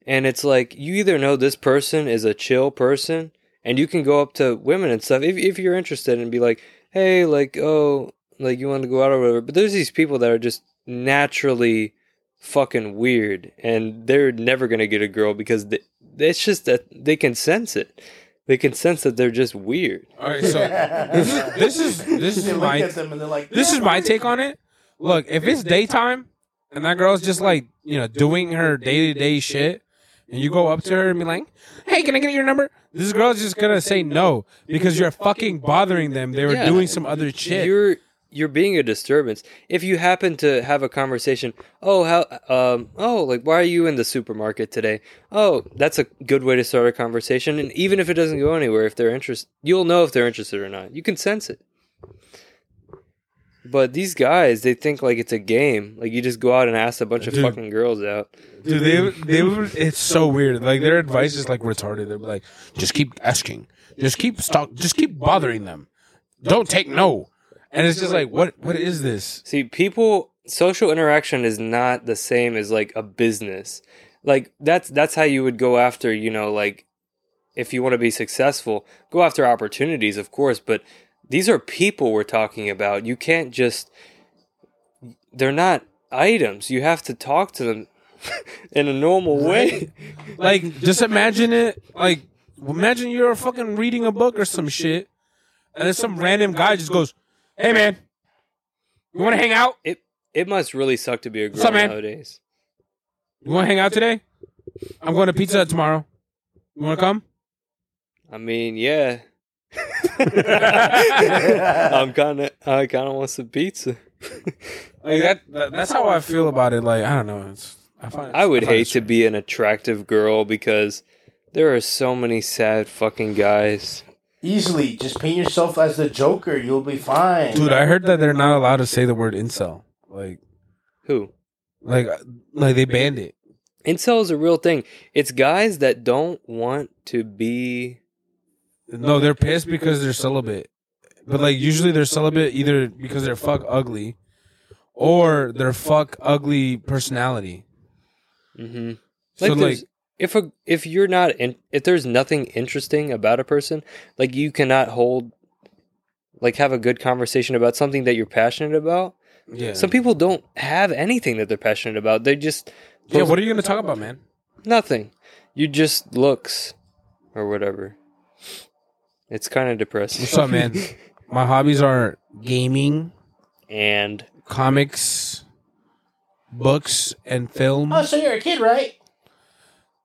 and it's like you either know this person is a chill person, and you can go up to women and stuff if if you're interested and be like, hey, like oh, like you want to go out or whatever. But there's these people that are just naturally fucking weird, and they're never gonna get a girl because they, it's just that they can sense it. They can sense that they're just weird.
All right, so
guys.
this is this
they
is
look
my
at them and they're like,
this is my take on it. Look, if it's daytime and that girl's just like you know doing her day to day shit, and you go up to her and be like, "Hey, can I get your number?" This girl's just gonna say no because you're fucking bothering them. They were
Yeah.
doing some other shit.
You're you're being a disturbance. If you happen to have a conversation, oh how um oh like why are you in the supermarket today? Oh, that's a good way to start a conversation and even if it doesn't go anywhere if they're interested, you'll know if they're interested or not. You can sense it. But these guys, they think like it's a game. Like you just go out and ask a bunch of
Dude.
fucking girls out.
Dude, they they were, it's so weird. Like their advice is like retarded. They're like, just keep asking, just keep stalk, just keep bothering them. Don't take no. And it's just like, what? What is this?
See, people social interaction is not the same as like a business. Like that's that's how you would go after, you know, like if you want to be successful, go after opportunities, of course, but these are people we're talking about. You can't just they're not items. You have to talk to them in a normal way.
Like, just imagine it. Like, imagine you're fucking reading a book or some shit, and then some random guy just goes, "Hey, man, you want to hang out?
It it must really suck to be a girl
What's up, man?
nowadays.
You want to hang out today? I'm going to pizza Hut tomorrow. You want to come?
I mean, yeah. I'm kind of I kind of want some pizza.
Like that, that- That's how I feel about it. Like, I don't know. It's. I, find
I would
find
hate
it
to be an attractive girl because there are so many sad fucking guys.
Easily, just paint yourself as the Joker. You'll be fine.
Dude, I heard that they're not allowed to say the word incel. Like,
Who?
like, like they banned it.
Incel is a real thing. It's guys that don't want to be.
No, they're pissed because they're celibate. But like, usually they're celibate either because they're fuck ugly, or they're fuck ugly personality.
hmm
So
Like,
like,
there's- if a, if you're not in, if there's nothing interesting about a person, like you cannot hold, like have a good conversation about something that you're passionate about.
yeah,
Some people don't have anything that they're passionate about. They just
yeah. What are you gonna talk about, man?
Nothing. You just looks or whatever. It's kind of depressing.
What's up, man? My hobbies are gaming,
and
comics, books, and film.
Oh, so you're a kid, right?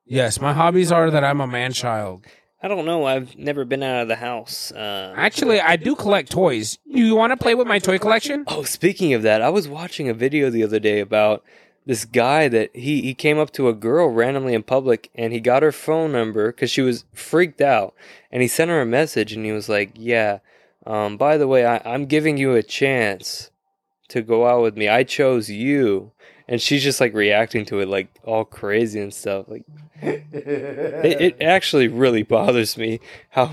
Yes, my hobbies are that I'm a man child.
I don't know. I've never been out of the house. Uh,
Actually, I do collect toys. You want to play with my toy collection?
oh, speaking of that, I was watching a video the other day about this guy that he he came up to a girl randomly in public and he got her phone number because she was freaked out and he sent her a message and he was like, "Yeah, um, by the way, I, I'm giving you a chance to go out with me. I chose you." And she's just like reacting to it like all crazy and stuff. Like it, it actually really bothers me how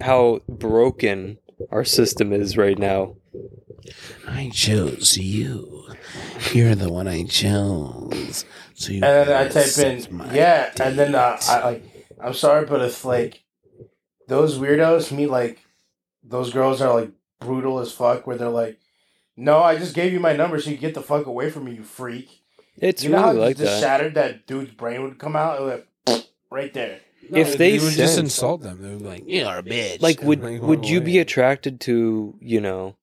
how broken our system is right now.
I chose you. You're the one I chose. So you
and then Uh, I type
accept
in
my
yeah, and then uh, I like I'm sorry, but if like those weirdos meet like those girls are like brutal as fuck, where they're like, "No, I just gave you my number so you get the fuck away from me, you freak."
It's
you know how
really like that.
just shattered that dude's brain would come out It would- right there.
if they
would just
send-
insult them, they would be like,
You're a bitch.
like would
Like,
would you be
wait.
attracted to, you know,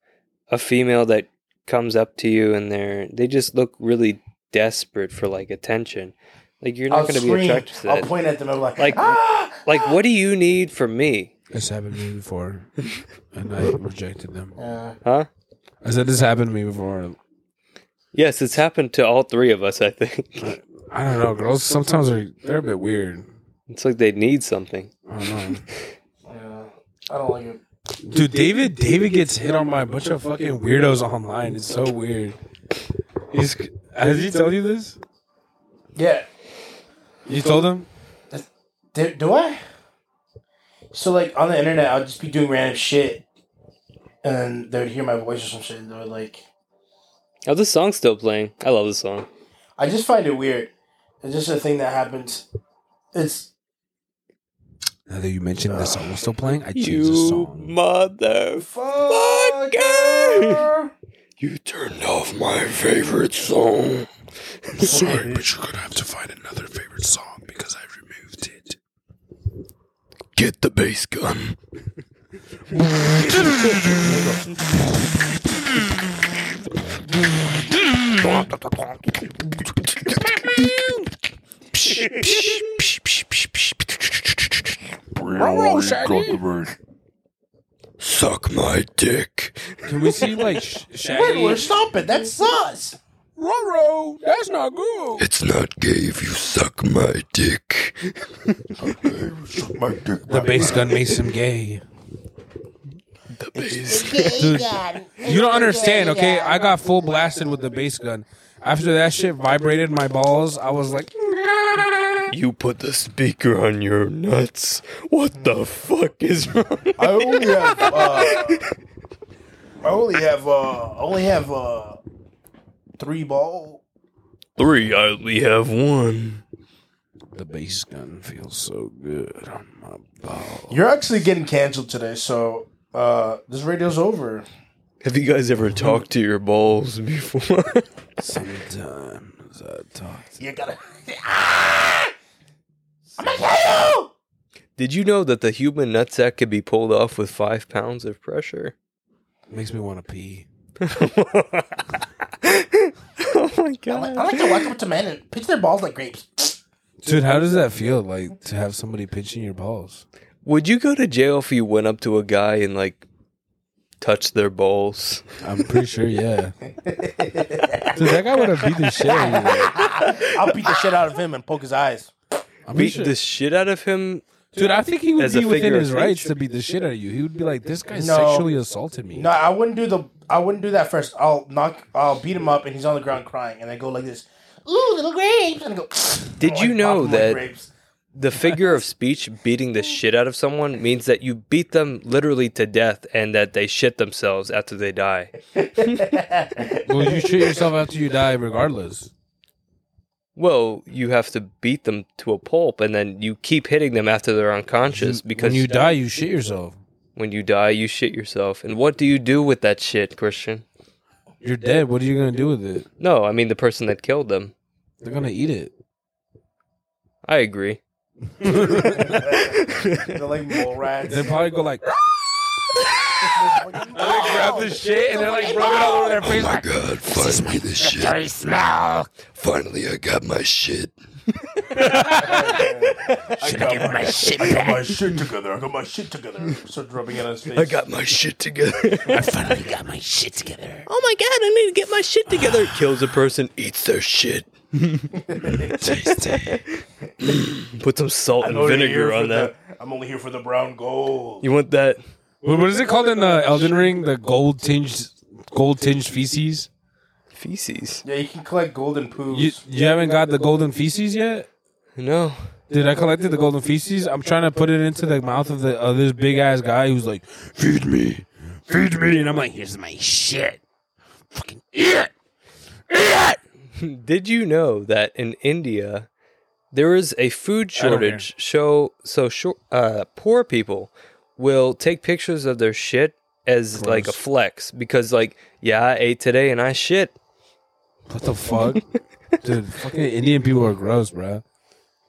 a female that comes up to you and they're they just look really desperate for like attention. Like you're not
I'll
going to be
scream.
attracted to
I'll
that.
point at them. I'm like,
Like-
"Ah!"
like what do you need from me?
This happened to me before, and I rejected them.
Yeah.
Huh?
I said this happened to me before.
Yes, it's happened to all three of us, I think.
I don't know, girls. Sometimes are they're a bit weird.
it's like they need something.
I don't know,
yeah, I don't like it.
dude. David, David gets hit on by a bunch of fucking weirdos online. It's so weird. He's has he told you this?
Yeah.
You told him?
Do, do I? So like on the internet, I'll just be doing random shit, and then they would hear my voice or some shit. And they would like,
Oh, this song's still playing. I love this song.
I just find it weird. It's just a thing that happens. It's
Now that you mentioned the song was still playing, I choose a
You
song.
motherfucker! You turned off my favorite song.
Sorry, but you're gonna have to find another favorite song because I removed it.
Get the base gun. Suck my dick.
Can we see like sh- Shaggy?
Riddler, stop it. That's sus.
Roro, that's not good.
It's not gay if you suck my dick.
The bass gun makes him gay.
The base.
Gay gun.
You don't understand, okay? I got full blasted with the bass gun. After that shit vibrated my balls, I was like,
You put the speaker on your nuts. What the fuck is wrong?
I only have uh, I only have uh, I only have uh, three ball.
Three, I only have one.
The bass gun feels so good on my ball.
You're actually getting canceled today, so uh, this radio's over.
Have you guys ever talked to your balls before?
Sometimes I talk to
You gotta. I'm gonna kill you.
Did you know that the human nutsack could be pulled off with five pounds of pressure?
Makes me want to pee.
oh my
I like,
god!
I like to walk up to men and pitch their balls like grapes.
Dude, how does that feel like to have somebody pinching your balls?
Would you go to jail if you went up to a guy and like touched their balls?
I'm pretty sure, yeah.
Dude, that guy would have beat the shit out of you.
I'll beat the shit out of him and poke his eyes.
I'm pretty
Beat
sure-
the shit out of him?
Dude, I think he would
As a
be within
figure of
his rights
speech.
to beat the shit out of you. He would be like, "This guy
No.
sexually assaulted me."
No, I wouldn't do the. I wouldn't do that first. I'll knock. I'll beat him up, and he's on the ground crying, and I go like this.
Ooh, little grapes.
And I go.
Did
like,
you
pop
know
him like
that
grapes.
the figure of speech beating the shit out of someone means that you beat them literally to death and that they shit themselves after they die?
Well, you shit yourself after you die, regardless.
Well, you have to beat them to a pulp and then you keep hitting them after they're unconscious because
when you die, you shit yourself.
when you die, you shit yourself. And what do you do with that shit, Christian?
You're dead. What are you gonna do with it?
No, I mean the person that killed them.
They're gonna eat it.
I agree.
They're like mole rats.
They probably go like,
Oh,
the shit, and they're like, rub it all over their face. Like,
God, finally this shit. Dirty smell. Finally, I got my shit.
I got my, shit I got my shit together. I got my shit together. Starts rubbing it on his face.
I got my shit together. I finally got my shit together.
Oh my god, I need to get my shit together. Kills a person,
Eats their shit. Taste it.
put some salt
I'm
and
only
vinegar
here for
on that.
the- I'm only here for the brown gold.
You want that?
what what is it called in uh, Elden Ring? The gold tinged, gold tinged feces.
Feces.
Yeah, you can collect golden poos.
You you haven't got the golden feces yet.
No.
Dude, I collected the golden feces. I'm trying to put it into the mouth of the of this big ass guy who's like, feed me, feed me, and I'm like, here's my shit.
Fucking eat it. Eat it.
Did you know that in India there is a food
I don't
shortage? Show so shor- uh, poor people will take pictures of their shit as like a flex because like yeah I ate today and I shit.
What the fuck? Dude, fucking Indian people are gross, bro.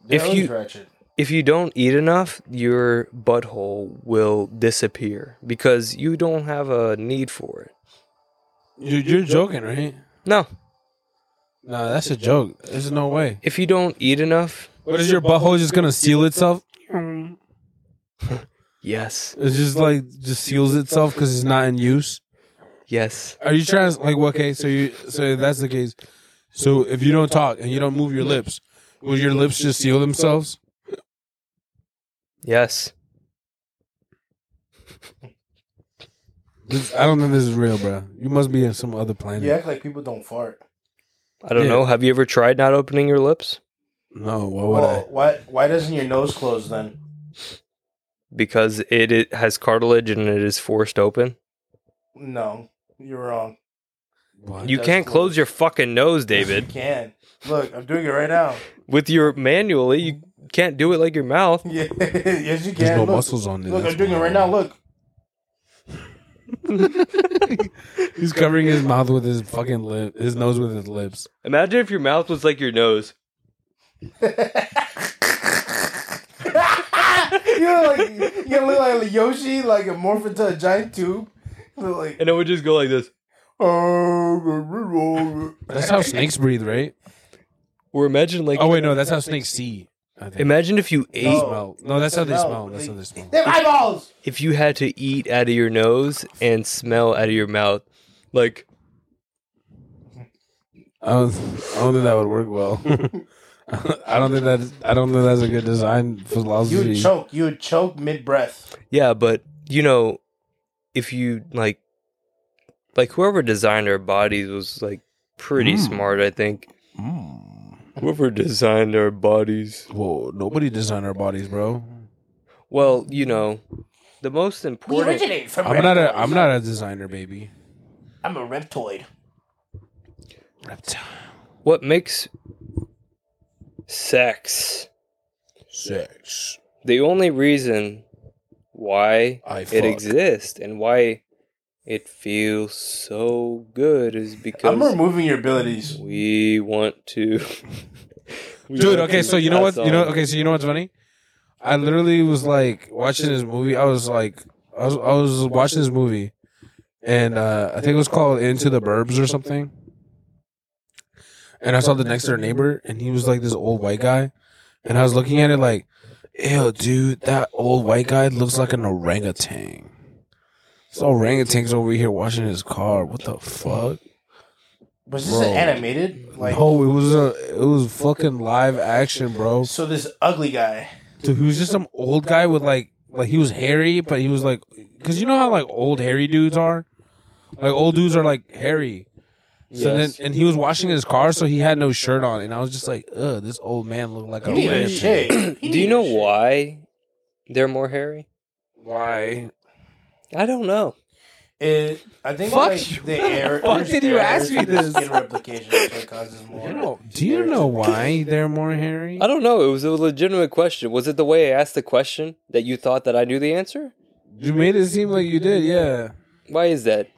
That
if
was
you-
ratchet.
If you don't eat enough, your butthole will disappear because you don't have a need for it.
You're, you're joking, right?
No,
Nah, that's a joke. There's no way.
if you don't eat enough,
What is your butthole just gonna seal itself?
yes,
It's just like just seals itself because it's not in use.
yes,
Are you trying to like? well, Okay, so you so if that's the case. So if you don't talk and you don't move your lips, will your lips just seal themselves?
yes.
This, I don't think this is real, bro. You must be in some other planet.
You act like people don't fart.
I don't
Yeah.
know. Have you ever tried not opening your lips?
No, why would
Oh.
Well, why, why doesn't your nose close then?
Because it, it has cartilage and it is forced open.
No, you're wrong.
I? What?
You
does
can't
close.
close your fucking nose,
You
David.
can. Look, I'm doing it right now.
With your manually, you can't do it like your mouth.
Yeah, yes, you can.
There's no
look,
muscles on this.
Look, I'm doing it right now. Look.
He's covering his mouth with his fucking lip, his nose with his lips.
Imagine if your mouth was like your nose.
You're like, you look like Yoshi, like a morph into a giant tube. Look like,
And it would just go like this.
oh,
That's how snakes breathe, right?
Or imagine like
Oh wait, no, that's how snakes see. I think.
imagine if you ate
No.
smell. No, that's how they
No,
smell. That's
they-
how they smell.
them eyeballs.
if you had to eat out of your nose and smell out of your mouth. Like
I don't, I don't think that would work well. I don't think that. I don't think that's a good design
You would
philosophy.
choke. You would choke mid breath.
yeah, but you know, if you like like whoever designed our bodies was like pretty
Hmm.
smart, I think.
Mm.
Whoever designed our bodies.
Whoa, nobody designed our bodies, bro.
Well, you know, the most
We
important.
originate from
I'm not a. I'm not a designer, baby.
I'm a reptoid.
What makes sex
Sex.
the only reason why
I fuck.
it exists and why it feels so good is because
I'm removing your abilities.
we want to. We
dude.
want
Okay,
to
so you know what?
pass
You know.
on.
Okay, so you know what's funny? I literally was like watching this movie. I was like, I was, I was watching this movie, and uh, I think it was called Into the Burbs or something. And I saw the next door neighbor, and he was like this old white guy, and I was looking at it like, ew, dude, that old white guy looks like an orangutan. This orangutan's over here washing his car. What the fuck?
Was this
Bro.
animated? Like,
oh, it was a, it was fucking live action, bro.
so this ugly guy.
Dude, he was just some old guy with like, like he was hairy, but he was like, cause you know how like old hairy dudes are, like old dudes are like hairy. So
Yes.
then, and he was washing his car, so he had no shirt on, and I was just like, ugh, this old man looked like a
You need a
orangutan."
shave.
Do you know why they're more hairy?
Why?
I don't know.
It, I think
Fuck
like
you.
the air.
Fuck
there's
did you
air
ask me
through the
this?
Skin replication is what causes more.
You know, do you know why they're more hairy?
I don't know. It was a legitimate question. Was it the way I asked the question that you thought that I knew the answer?
You made it seem like you did, yeah.
Why is that?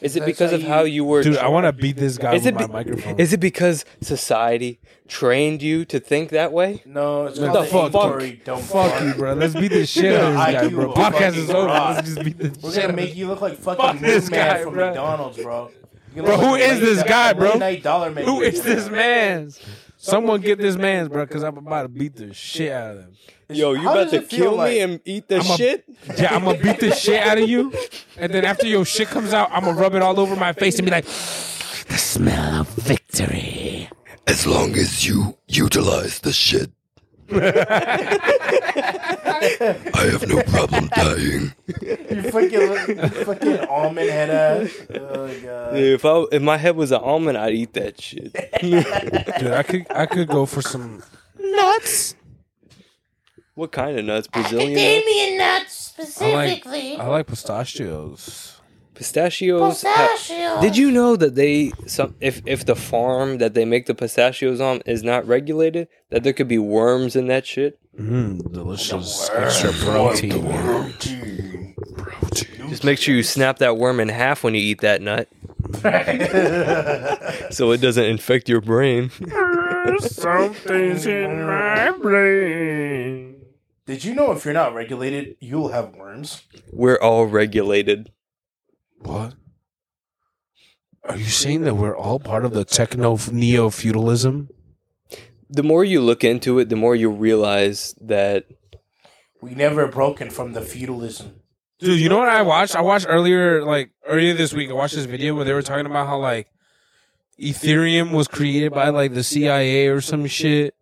Is it
That's
because
how
of
you-
how you were?
Dude, I want to beat this guy
Is
with
it
my
be-
microphone.
Is it because society trained you to think that way?
No, it's
What
called
the
the
fuck?
inquiry. Don't
Fuck you, bro. Let's beat the shit out of
Yeah,
this guy,
IQ
bro.
will
Podcast
fucking
is over.
rock.
Let's just beat the
We're
shit out
gonna
of
make you look like fucking
Fuck this
Moon Man
guy,
from
bro.
McDonald's, bro. You look
Bro, who is
late-
this guy, bro?
late night dollar maker.
Who is this man's? Someone get this man's, bro, because I'm about to beat the shit out of him.
Yo, you
How
about
does
to
it feel
kill
like-
me and eat the
I'm a-
shit?
Yeah, I'm gonna beat the shit out of you, and then after your shit comes out, I'm gonna rub it all over my face and be like,
The smell of victory.
As long as you utilize the shit, I have no problem dying.
You fucking, fucking almond head ass. Oh god.
Dude, if I, if my head was an almond, I'd eat that shit.
dude, I could, I could go for some.
what kind of nuts? Brazilian nuts?
Damien nuts
I like,
specifically.
uh,
I like pistachios.
pistachios. ha-
Pistachio.
uh, Did you know that they some if if the farm that they make the pistachios on is not regulated, that there could be worms in that shit?
Mmm, delicious extra protein.
Just make sure you snap that worm in half when you eat that nut, so it doesn't infect your brain.
Something's in my brain.
Did you know if you're not regulated, you'll have worms?
We're all regulated.
What? Are you saying that we're all part of the techno neo feudalism?
The more you look into it, the more you realize that
We never broken from the feudalism.
Dude, you know what I watched? I watched earlier, like earlier this week. I watched this video where they were talking about how like Ethereum was created by like the CIA or some shit.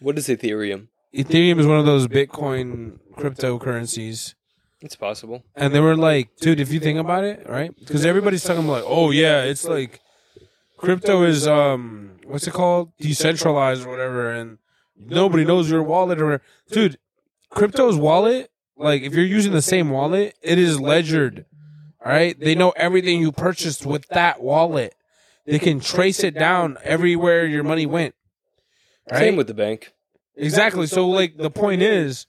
what is Ethereum?
Ethereum is one of those Bitcoin cryptocurrencies.
It's possible.
And they were like, dude, if you think about it, right? Because everybody's talking like, oh yeah, it's like crypto is um what's it called? Decentralized or whatever, and nobody knows your wallet or dude, crypto's wallet, like if you're using the same wallet, it is ledgered. All right? They know everything you purchased with that wallet. They can trace it down everywhere your money went.
Same with the bank.
Exactly. So, like, the point is,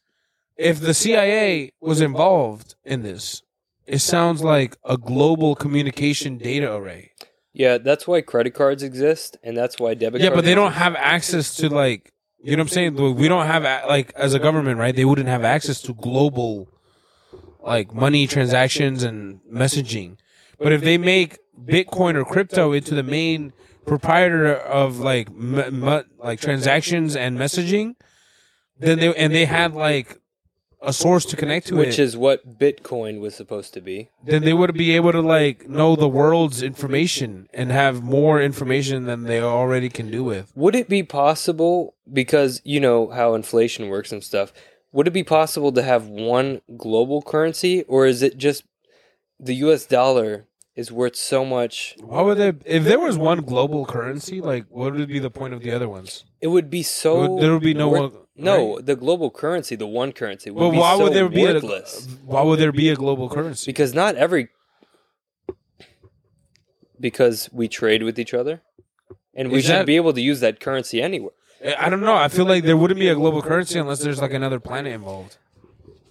if the CIA was involved in this, it sounds like a global communication data array.
Yeah, that's why credit cards exist, and that's why debit.
Yeah, but
cards
they don't
exist.
have access to, like, you know what I'm saying? Like, We don't have, a- like, as a government, right? They wouldn't have access to global, like, money transactions and messaging. But if they make Bitcoin or crypto into the main proprietor of, like, m- m- like transactions and messaging, then they and they had like a source to connect to
which
it,
is what Bitcoin was supposed to be.
then they would be able to like know the world's information and have more information than they already can do with.
Would it be possible because you know how inflation works and stuff? Would it be possible to have one global currency, or is it just the U.S. dollar is worth so much?
Why would they? If there was one global currency, like what would be the point of the other ones?
It would be
It
so.
would- there would be no
worth-
one.
No,
right?
the global currency, the one currency, would
But
be
why
so
would there be a?
worthless
Why would there be a global currency?
because not every because we trade with each other, and we
Is
should
that-
be able to use that currency anywhere.
I don't know. I feel like there wouldn't be a global currency unless there's like another planet involved.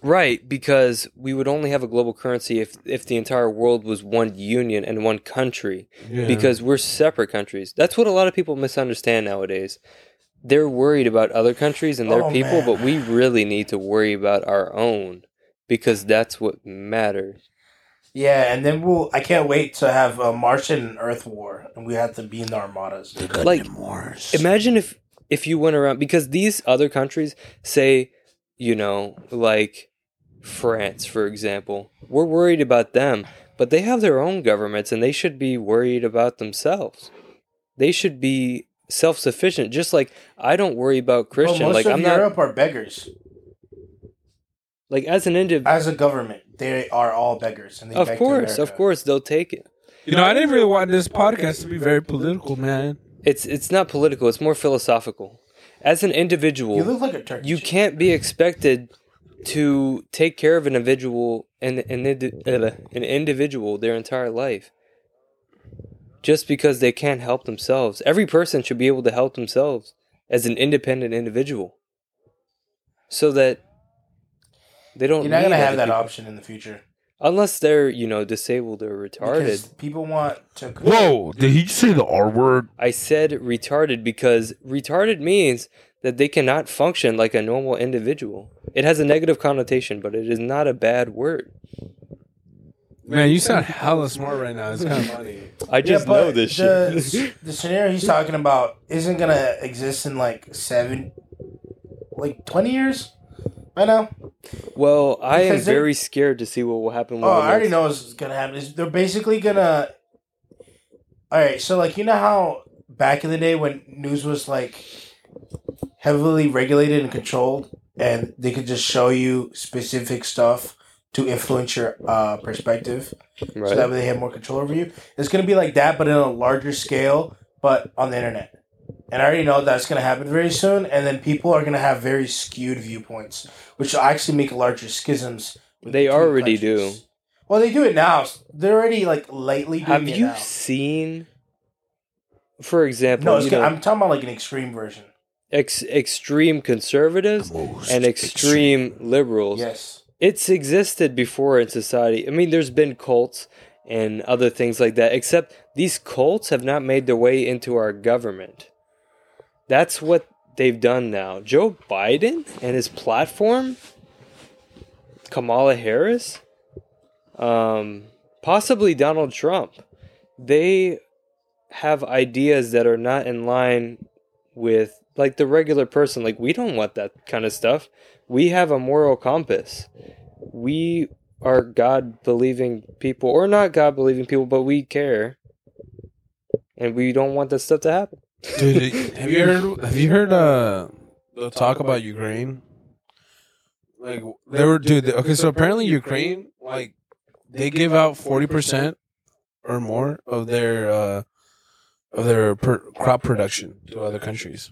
Right, because we would only have a global currency if if the entire world was one union and one country. Because we're separate countries. That's what a lot of people misunderstand nowadays. They're worried about other countries and their
Oh,
people,
man.
but we really need to worry about our own because that's what matters.
Yeah, and then we'll. I can't wait to have a Martian Earth war, and we have to be in the armadas.
Like-
Mars.
Imagine if if you went around because these other countries say, you know, like France, for example, we're worried about them, but they have their own governments and they should be worried about themselves. They should be self-sufficient just like I don't worry about
But
Christian
most
like
of
I'm not
Europe are beggars.
like as an individual
As a government, they are all beggars, and they
of
beg to
course
America.
of course they'll take it
You know, I didn't really want this podcast to be very political, man.
it's it's not political it's more philosophical as an individual
You look like a turkey.
you
chicken.
can't be expected to take care of an individual and an, indi- uh, an individual their entire life just because they can't help themselves every person should be able to help themselves as an independent individual so that they don't
You're not
need
gonna have
other
that
people.
option in the future.
unless they're you know disabled or retarded
Because people want to.
Whoa, did he just say the R word?
I said retarded because retarded means that they cannot function like a normal individual. It has a negative connotation, but it is not a bad word.
Man, you sound hella smart right now. It's kind of funny.
I just
but
know this
the,
shit.
the scenario he's talking about isn't gonna exist in like seven, like twenty years. I know.
Well, I am
Because they're-
very scared to see what will happen when
Oh,
the
I already
next-
know what's gonna happen. Is they're basically gonna. All right, so like you know how back in the day when news was like heavily regulated and controlled, and they could just show you specific stuff to influence your uh, perspective, so that
Right.
way they have more control over you. It's gonna be like that, but in a larger scale, but on the internet. And I already know that's gonna happen very soon, and then people are gonna have very skewed viewpoints, which will actually make larger schisms. with
They
between
already do.
countries. Well, they do it now. They're already like lately doing
Have
it
you
now.
seen, for example,
No, it's
you
gonna,
know,
I'm talking about like an extreme version.
ex- extreme conservatives and extreme liberals?
Yes.
it's existed before in society. I mean, there's been cults and other things like that, except these cults have not made their way into our government. That's what they've done now. Joe Biden and his platform, Kamala Harris, um, possibly Donald Trump, they have ideas that are not in line with like the regular person. Like, we don't want that kind of stuff. We have a moral compass we are God believing people, or not God believing people, but we care, and we don't want that stuff to happen.
Dude, have you heard? Have you heard uh, the talk about Ukraine? Like they were, dude. they- okay, so apparently Ukraine, like, they give out forty percent or more of their uh, of their per- crop production to other countries.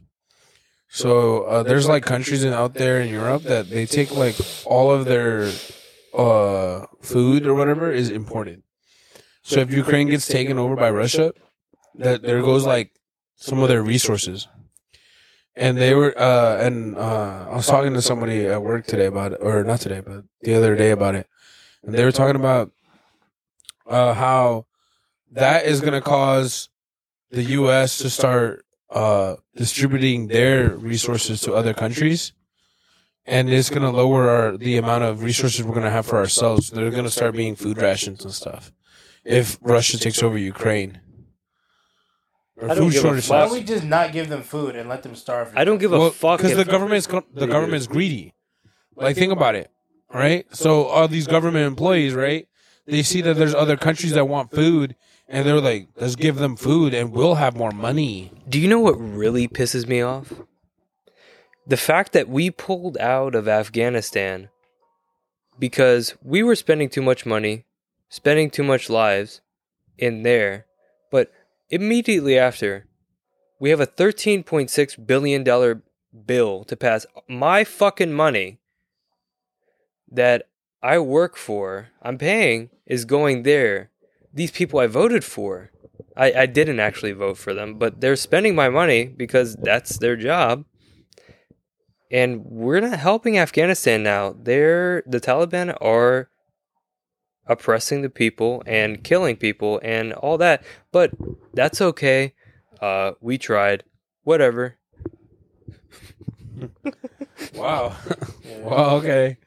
So uh, there's like countries in, out there in Europe that they take like all of their uh, food or whatever is imported. So if Ukraine gets taken over by Russia, that there goes like some of their resources. And they were, uh, and uh, I was talking to somebody at work today about it, or not today, but the other day about it. And they were talking about uh, how that is going to cause the U.S. to start uh, distributing their resources to other countries. And it's going to lower our, the amount of resources we're going to have for ourselves. They're going to start being food rations and stuff if Russia takes over Ukraine. Or
I don't give a
shortages.
fuck.
Why don't we just not give them food and let them starve?
I don't give a fuck.
because
if-
the government's co- the government's greedy. Like think about it, right? So all these government employees, right? They see that there's other countries that want food, and they're like, "Let's give them food, and we'll have more money."
Do you know what really pisses me off? The fact that we pulled out of Afghanistan because we were spending too much money, spending too much lives in there. But immediately after, we have a $13.6 billion bill to pass my fucking money that I work for, I'm paying, is going there. These people I voted for. I, I didn't actually vote for them, but they're spending my money because that's their job. And we're not helping Afghanistan now. They're the Taliban are oppressing the people and killing people and all that. But that's okay. Uh, we tried. Whatever.
Wow. Well, okay.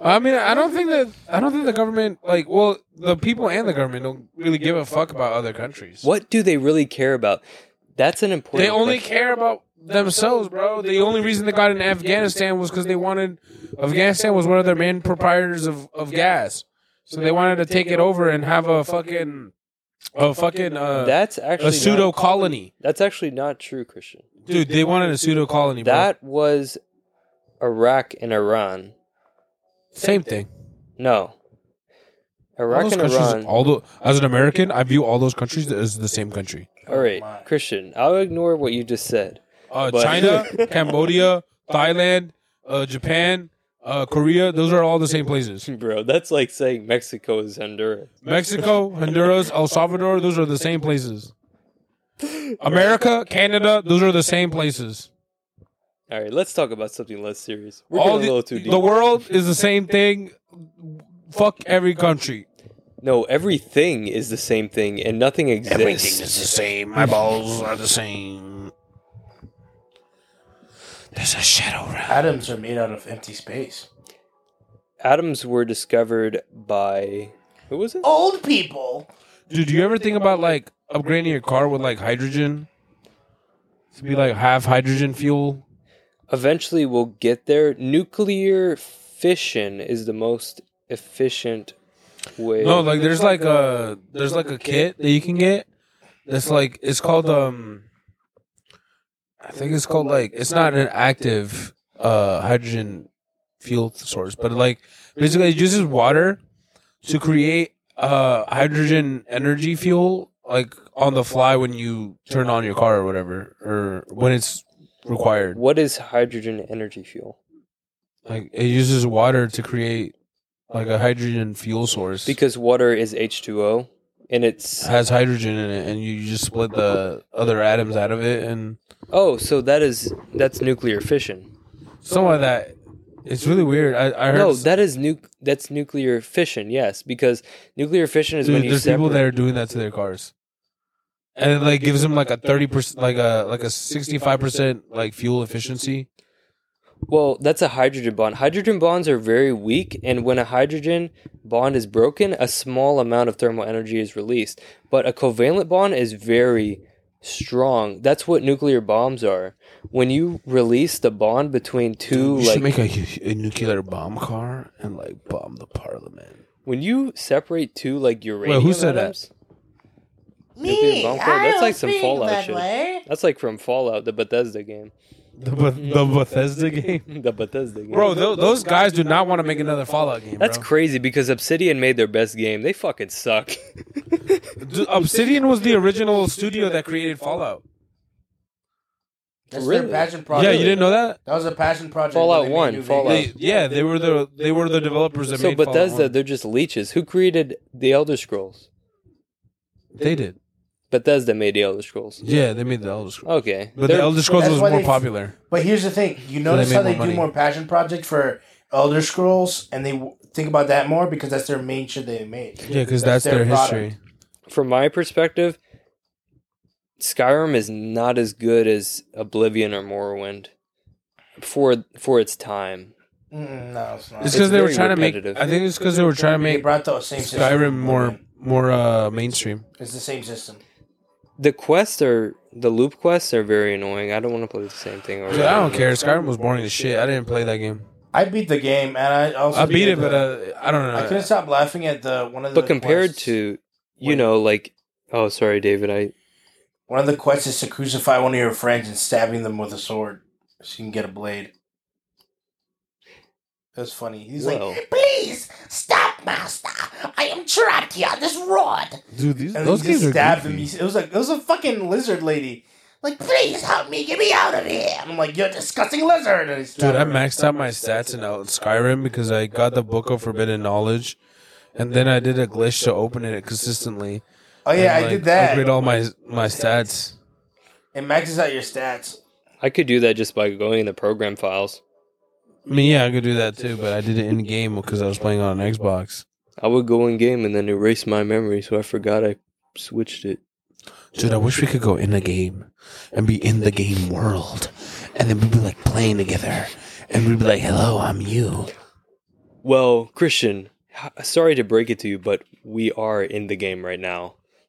I mean, I don't think that I don't think the government like well, the people and the government don't really give a fuck about other countries.
What do they really care about? That's an important.
They only
question.
care about themselves, bro. The only reason they got in Afghanistan was because they wanted Afghanistan was one of their main proprietors of, of gas, so they wanted to take it over and have a fucking a fucking uh,
That's actually
a
not-
pseudo colony,
That's actually not true, Christian.
dude. They wanted a pseudo colony. Bro.
That was Iraq and Iran.
same thing.
No.
All
Iraq
those
and
countries,
Iran.
all the, as an American, I view all those countries as the same country.
all right, Christian, I'll ignore what you just said.
Uh,
But-
China, Cambodia, Thailand, uh, Japan, uh, Korea. Those are all the same places.
Bro, that's like saying Mexico is Honduras.
Mexico, Honduras, El Salvador. Those are the same places. America, Canada. Those are the same places.
All right, let's talk about something less serious. We're
All
getting a
the,
little too deep.
the world is the same thing. Fuck every country.
no, everything is the same thing and nothing exists.
Everything is the same. My balls are the same. There's a shadow realm.
Atoms are made out of empty space.
Atoms were discovered by. Who was
Oh.
it?
Old people.
Dude, you ever think about like upgrading your car with like hydrogen? To be like half hydrogen fuel.
Eventually, we'll get there. Nuclear fission is the most efficient way.
No, like there's like a there's like a kit that you can get that's like it's called um I think it's called like it's not an active uh hydrogen fuel source, but like basically it uses water to create uh hydrogen energy fuel like on the fly when you turn on your car or whatever or when it's required.
what is hydrogen energy fuel?
Like it uses water to create like a hydrogen fuel source.
Because water is H2O and it's
has hydrogen in it, and you you just split the other atoms out of it, and
oh, so that is that's nuclear fission.
some of that. It's really weird. I, I heard
No,
s-
that is nu- that's nuclear fission. Yes, because nuclear fission is
dude,
when you
there's people
separate.
that are doing that to their cars, and it like gives them like a thirty percent, like a like a sixty five percent like fuel efficiency.
Well, that's a hydrogen bond. Hydrogen bonds are very weak, and when a hydrogen bond is broken, a small amount of thermal energy is released. But a covalent bond is very strong. That's what nuclear bombs are. When you release the bond between two,
You
like
should make a, a nuclear bomb car and like bomb the parliament.
when you separate two, like uranium.
Wait, who said that?
atoms,
Me.
bomb code.
I
That's
don't
like some
think
Fallout
that
shit.
way.
That's like from Fallout, the Bethesda game.
The, Beth- the Bethesda game,
the Bethesda game.
bro. Tho- those guys do not want to make another Fallout game.
that's
bro.
crazy because Obsidian made their best game. They fucking suck.
Dude, Obsidian was the original studio that created Fallout.
That's
Really?
their passion project.
Yeah, you didn't know that.
That was a passion project.
Fallout
when they made
1,
new games.
Fallout.
They, yeah, they were the they were the developers that
so
made Fallout
Bethesda,
1.
they're just leeches. Who created the Elder Scrolls?
They did.
Bethesda made the Elder Scrolls.
Yeah, they made the Elder Scrolls.
Okay.
But
They're-
the Elder Scrolls
That's
was
why
more
they-
popular.
But here's the thing: you notice
made
how
more
they
money.
do more passion project for Elder Scrolls, and they w- think about that more because that's their main shit they made.
Yeah, because that's, their,
product.
history.
from my perspective, Skyrim is not as good as Oblivion or Morrowind for for its time.
Mm, no, it's not.
It's
It's
because they were
very
trying to make.
repetitive.
I think it's because they were trying to
they
make
brought the same system.
Skyrim more more uh, mainstream.
It's the same system.
The quests are the loop quests are very annoying. I don't want to play the same thing. Over
Dude, I don't care. Skyrim was boring as shit. I didn't play that game.
I beat the game, and I also
I beat
at
it, but
the-
uh, I don't know.
I couldn't stop laughing at the one of the.
but compared
quests-
to you
Wait.
know like oh sorry david i
one of the quests is to crucify one of your friends and stabbing them with a sword, so you can get a blade. That's funny. He's
Well.
like,
Please stop, master. I am trapped here. This rod.
Dude, these
and those just stabbed him. He- It was like it was a fucking lizard lady.
Like, please help me. Get me out of here.
And I'm like, you're a disgusting lizard. And he
Dude,
stabbed
I
her.
maxed out my stats in Out- Skyrim because I got the Book of Forbidden Knowledge, and then I did a glitch to open it consistently.
Oh yeah, I
like,
did that.
Upgrade all my my stats.
It maxes out your stats.
I could do that just by going in the program files.
I mean, yeah, I could do that too, but I did it in game because I was playing on an Xbox.
I would go in game and then erase my memory, so I forgot I switched it.
Dude, I wish we could go in a game and be in the game world. And then we'd be like playing together. And we'd be like, hello, I'm you.
Well, Christian, h- sorry to break it to you, but we are in the game right now.